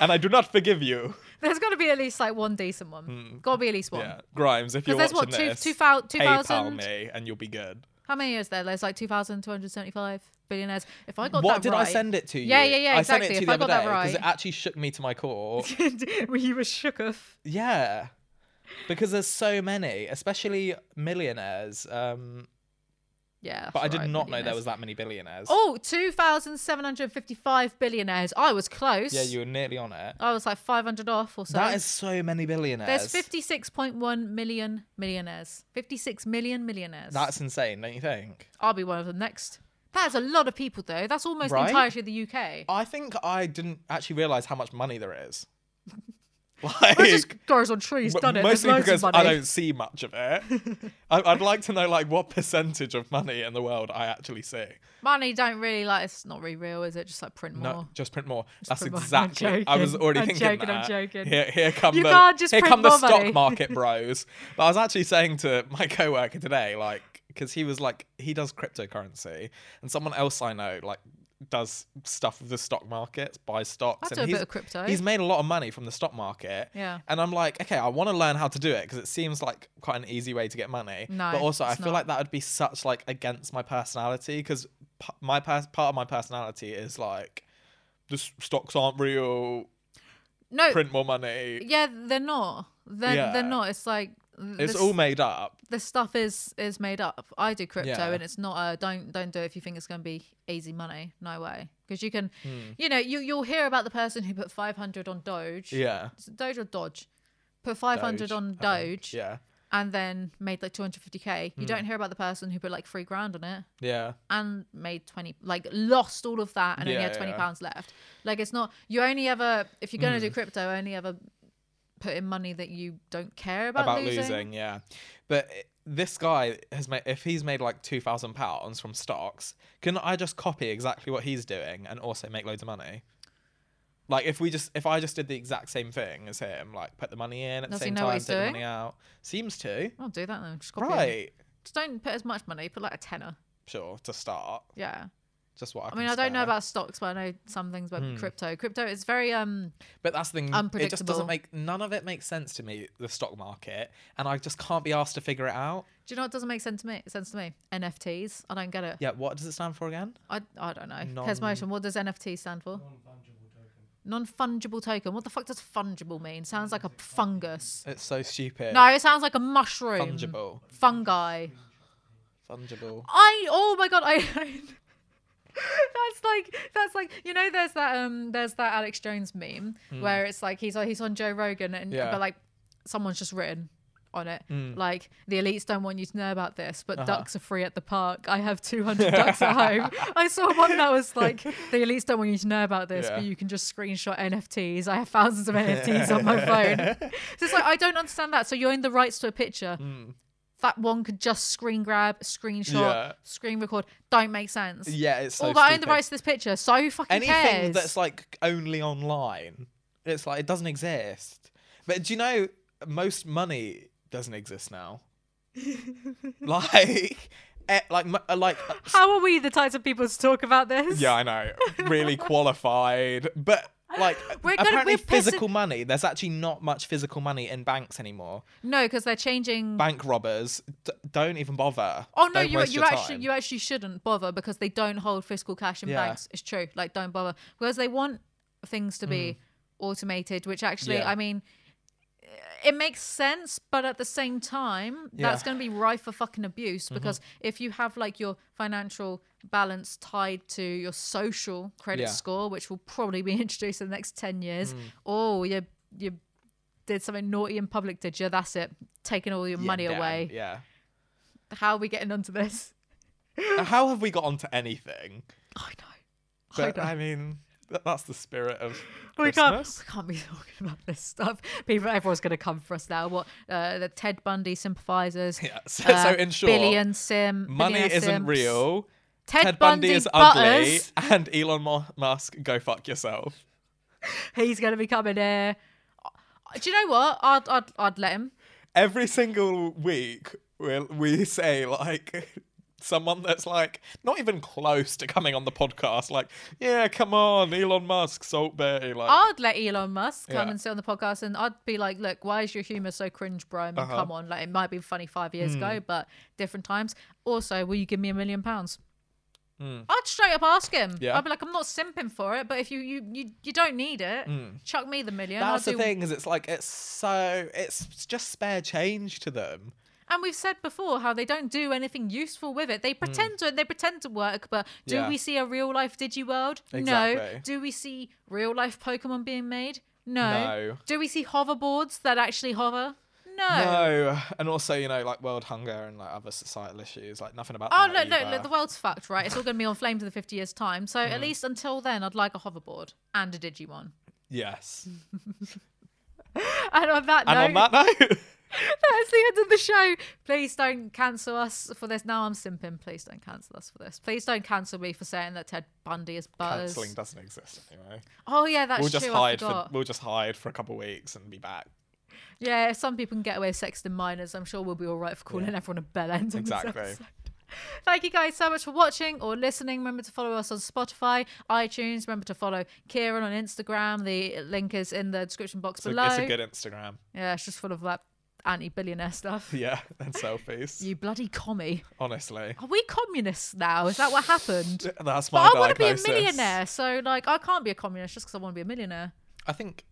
S3: and I do not forgive you.
S1: There's got to be at least like one decent one. Got to be at least one.
S3: Hmm. Yeah. Grimes, if you're
S1: Because there's
S3: watching
S1: what two
S3: this,
S1: two thou- two
S3: PayPal
S1: thousand.
S3: me and you'll be good.
S1: How many is there? There's like two thousand two hundred seventy-five billionaires. If I got
S3: what
S1: that
S3: did
S1: right,
S3: I send it to you?
S1: Yeah, yeah, yeah,
S3: I sent it
S1: exactly.
S3: to you
S1: If
S3: the
S1: I
S3: other
S1: got that
S3: day because it
S1: right.
S3: actually shook me to
S1: [laughs]
S3: my core.
S1: Were you were shook off?
S3: yeah. Because there's so many, especially millionaires. Um,
S1: Yeah,
S3: but I
S1: that's
S3: did
S1: right,
S3: not know there
S1: billionaires.
S3: was that many billionaires.
S1: Oh, 2,755 billionaires. I was close.
S3: Yeah, you were nearly on it.
S1: I was like 500 off or so.
S3: that is so many billionaires.
S1: There's 56.1 million millionaires. 56 million millionaires.
S3: That's insane, don't you think?
S1: I'll be one of them next. That's a lot of people, though. That's almost
S3: Right?
S1: the entirety of the UK.
S3: I think I didn't actually realize how much money there is. [laughs] like,
S1: It just grows on trees,
S3: but
S1: done it? There's
S3: mostly
S1: loads
S3: because
S1: of
S3: I
S1: money.
S3: don't see much of
S1: [laughs]
S3: it. I, I'd like to know like what percentage of money in the world I actually see.
S1: Money don't really like. It's not really real, is it? Just like print
S3: No,
S1: more.
S3: just print more. That's
S1: print more. I'm
S3: exactly. I was
S1: joking.
S3: already
S1: I'm
S3: thinking
S1: joking, I'm
S3: that.
S1: joking.
S3: Here, here come
S1: You
S3: the
S1: can't just
S3: here
S1: print
S3: come the
S1: more
S3: stock
S1: money. [laughs]
S3: market bros. But I was actually saying to my coworker today, like, because he was like, he does cryptocurrency, and someone else I know like does stuff with the stock markets, buys stocks.
S1: I
S3: and
S1: do a bit
S3: he's-
S1: of crypto.
S3: He's made a lot of money from the stock market.
S1: Yeah.
S3: And I'm like, okay, I want to learn how to do it because it seems like quite an easy way to get money.
S1: No,
S3: but also, I
S1: it's
S3: feel
S1: not.
S3: like that would be such like against my personality because p- my pers- part of my personality is like the s- stocks aren't real.
S1: no,
S3: Print more money.
S1: yeah, they're not. They're
S3: Yeah.
S1: they're not. It's like
S3: It's
S1: this-
S3: all made up.
S1: the stuff is is made up. I do crypto,
S3: Yeah.
S1: and it's not a don't don't do it if you think it's going to be easy money. No way, because you can,
S3: Hmm.
S1: you know, you you'll hear about the person who put five hundred on Doge,
S3: Yeah.
S1: Is it Doge or Dodge, put five hundred
S3: Doge,
S1: on
S3: I think.
S1: Doge,
S3: Yeah. Hmm.
S1: and then made like two hundred fifty k. You don't hear about the person who put like three grand on it
S3: Yeah.
S1: and made 20 like lost all of that and only
S3: Yeah,
S1: had 20
S3: yeah. Hmm.
S1: pounds left like it's not you only ever if you're going to do crypto only ever put in money that you don't care about,
S3: About losing. Yeah. But i- this guy has made, if he's made like £2,000 from stocks, can I just copy exactly what he's doing and also make loads of money? Like if we just if I just did the exact same thing as him, like put the money in at
S1: Does
S3: the
S1: he
S3: same
S1: know what
S3: time,
S1: he's
S3: take the
S1: doing?
S3: money out. Seems to.
S1: I'll do that then. Just copy it.
S3: Right.
S1: Just don't put as much money. Put like a tenner.
S3: Sure, to start.
S1: Yeah.
S3: Just what I
S1: I mean, I
S3: can
S1: don't know
S3: spare.
S1: about stocks, but I know some things
S3: Hmm.
S1: about crypto. Crypto is very um.
S3: But that's the thing. It just
S1: Unpredictable.
S3: doesn't make none of it makes sense to me. The stock market, and I just can't be asked to figure it out.
S1: Do you know what doesn't make sense to me? Sense to me? NFTs. I don't get it.
S3: Yeah, what does it stand for again?
S1: I I don't know.
S3: Non-
S1: Kes Motion. What does NFT stand for?
S2: Non-fungible token.
S1: Non fungible token. What the fuck does fungible mean? Sounds like a fungus.
S3: It's so stupid.
S1: No, it sounds like a mushroom.
S3: fungible,
S1: Fungi.
S3: fungible.
S1: I oh my god, I [laughs] That's like that's like you know there's that um there's that Alex Jones meme where it's like he's on he's on Joe Rogan and
S3: Hmm. Yeah. Hmm.
S1: but like someone's just written on it like the elites don't want you to know about this
S3: Uh-huh.
S1: but ducks are free at the park i have
S3: [laughs]
S1: 200 ducks at home i saw one that was like the elites don't want you to know about this
S3: Yeah.
S1: but you can just screenshot nfts i have thousands of nfts on my
S3: [laughs]
S1: phone so it's like i don't understand that so you own the rights to a picture
S3: Hmm.
S1: that one could just screen grab, screenshot,
S3: Yeah.
S1: screen record. Don't make sense.
S3: Yeah, it's so.
S1: All that own the
S3: stupid.
S1: rights to this picture, so who fucking
S3: Anything
S1: cares?
S3: that's like only online, it's like it doesn't exist. But do you know most money doesn't
S1: [laughs]
S3: exist now? like, eh, like, mo- like.
S1: How are we the types of people to talk about this?
S3: Yeah, I know. Really qualified, but like
S1: [laughs] We're gonna-
S3: apparently
S1: we're pissing-
S3: physical money. There's actually not much physical money in banks anymore.
S1: No, because they're changing.
S3: Bank robbers d- don't even bother.
S1: Oh no,
S3: Don't
S1: you
S3: waste
S1: you
S3: your
S1: actually
S3: time.
S1: you actually shouldn't bother because they don't hold physical cash in
S3: Yeah.
S1: banks. It's true. Like don't bother
S3: Mm.
S1: because they want things to be automated, which actually
S3: Yeah.
S1: I mean it makes sense, but at the same time, that's
S3: Yeah. Mm-hmm.
S1: going to be rife for fucking abuse because if you have like your financial balance tied to your social credit
S3: Yeah. Mm.
S1: score, which will probably be [laughs] introduced in the next 10 years, or you you did something naughty in public, did you? That's it. Taking all your
S3: Yeah,
S1: money
S3: damn,
S1: away.
S3: Yeah.
S1: How are we getting onto this?
S3: How have we got onto anything?
S1: I know.
S3: But
S1: know.
S3: I mean, th- that's the spirit of
S1: We can't,
S3: Christmas.
S1: we can't be [laughs] talking about this stuff. People, everyone's going to come for us now. What uh, the Ted Bundy sympathizers?
S3: Yeah. [laughs] So,
S1: uh,
S3: so in short,
S1: Billy and Sim.
S3: money
S1: billionaire
S3: isn't
S1: simps.
S3: real.
S1: Ted,
S3: Ted
S1: Bundy,
S3: Bundy, is
S1: butters.
S3: ugly, and Elon Mu- Musk, go fuck yourself.
S1: He's going to be coming here. Uh, Do you know what? I'd, I'd, I'd let him.
S3: Every single week, we we say like [laughs] someone that's like not even close to coming on the podcast. Like, yeah, come on, Elon Musk, Salt Bay. Like,
S1: I'd let Elon Musk come
S3: Yeah.
S1: and sit on the podcast, and I'd be like, "Look, why is your humor so cringe, bro? I mean,
S3: Uh-huh.
S1: come on, like it might be funny five years
S3: Hmm.
S1: ago, but different times. Also, will you give me a million pounds?" I'd straight up ask him.
S3: Hmm. Yeah.
S1: I'd be like, "I'm not simping for it, but if you you you, you don't need it,
S3: Hmm.
S1: chuck me the million. I'll
S3: that's the
S1: do-
S3: thing is, it's like it's so it's just spare change to them.
S1: And we've said before how they don't do anything useful with it. They pretend to they pretend to work, but do
S3: Hmm. Yeah.
S1: we see a real life digi world? No.
S3: Exactly.
S1: Do we see real life Pokemon being made? No.
S3: No.
S1: Do we see hoverboards that actually hover? No.
S3: No, and also you know like world hunger and like other societal issues, like nothing about.
S1: Oh
S3: that
S1: look, look,
S3: either. Hmm.
S1: look, the world's fucked, right? It's all gonna be on flames in the fifty years' time. So at least until then I'd like a hoverboard and a
S3: [laughs]
S1: Digimon.
S3: Yes,
S1: Mm. And on that
S3: and
S1: note
S3: on that [laughs] note,
S1: [laughs] That's the end of the show. Please don't cancel us for this. Now I'm simping. Please don't cancel us for this. Please don't cancel me for saying that Ted Bundy is butters.
S3: cancelling doesn't exist anyway.
S1: Oh yeah, that's
S3: we'll just
S1: true.
S3: hide
S1: I
S3: for
S1: forgot.
S3: we'll just hide for a couple weeks and be back.
S1: Yeah, if some people can get away with sexting minors, I'm sure we'll be all right for calling everyone a bell end. on this
S3: Exactly.
S1: episode. [laughs] Thank you guys so much for watching or listening. Remember to follow us on Spotify, iTunes. Remember to follow Kieran on Instagram. The link is in the description box
S3: It's a,
S1: below.
S3: it's a good Instagram. [laughs]
S1: yeah, it's just full of that anti-billionaire stuff.
S3: Yeah, and selfies.
S1: You bloody commie.
S3: Honestly,
S1: Are we communists now? Is that what
S3: [laughs]
S1: happened?
S3: Th- that's my
S1: But I want to be a
S3: diagnosis.
S1: millionaire, so like I can't be a communist just because I want to be a millionaire.
S3: I think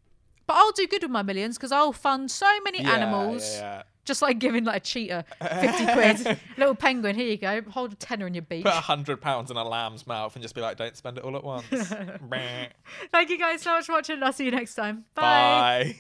S1: But I'll do good with my millions because I'll fund so many
S3: yeah,
S1: animals.
S3: Yeah, yeah.
S1: Just like giving like a cheetah fifty quid, little penguin. Here you go. Hold a tenner in your beak.
S3: Put a hundred pounds in a lamb's mouth and just be like,
S1: [laughs]
S3: don't spend it all at once. Meh.
S1: Thank you guys so much for watching. I'll see you next time. Bye.
S3: Bye.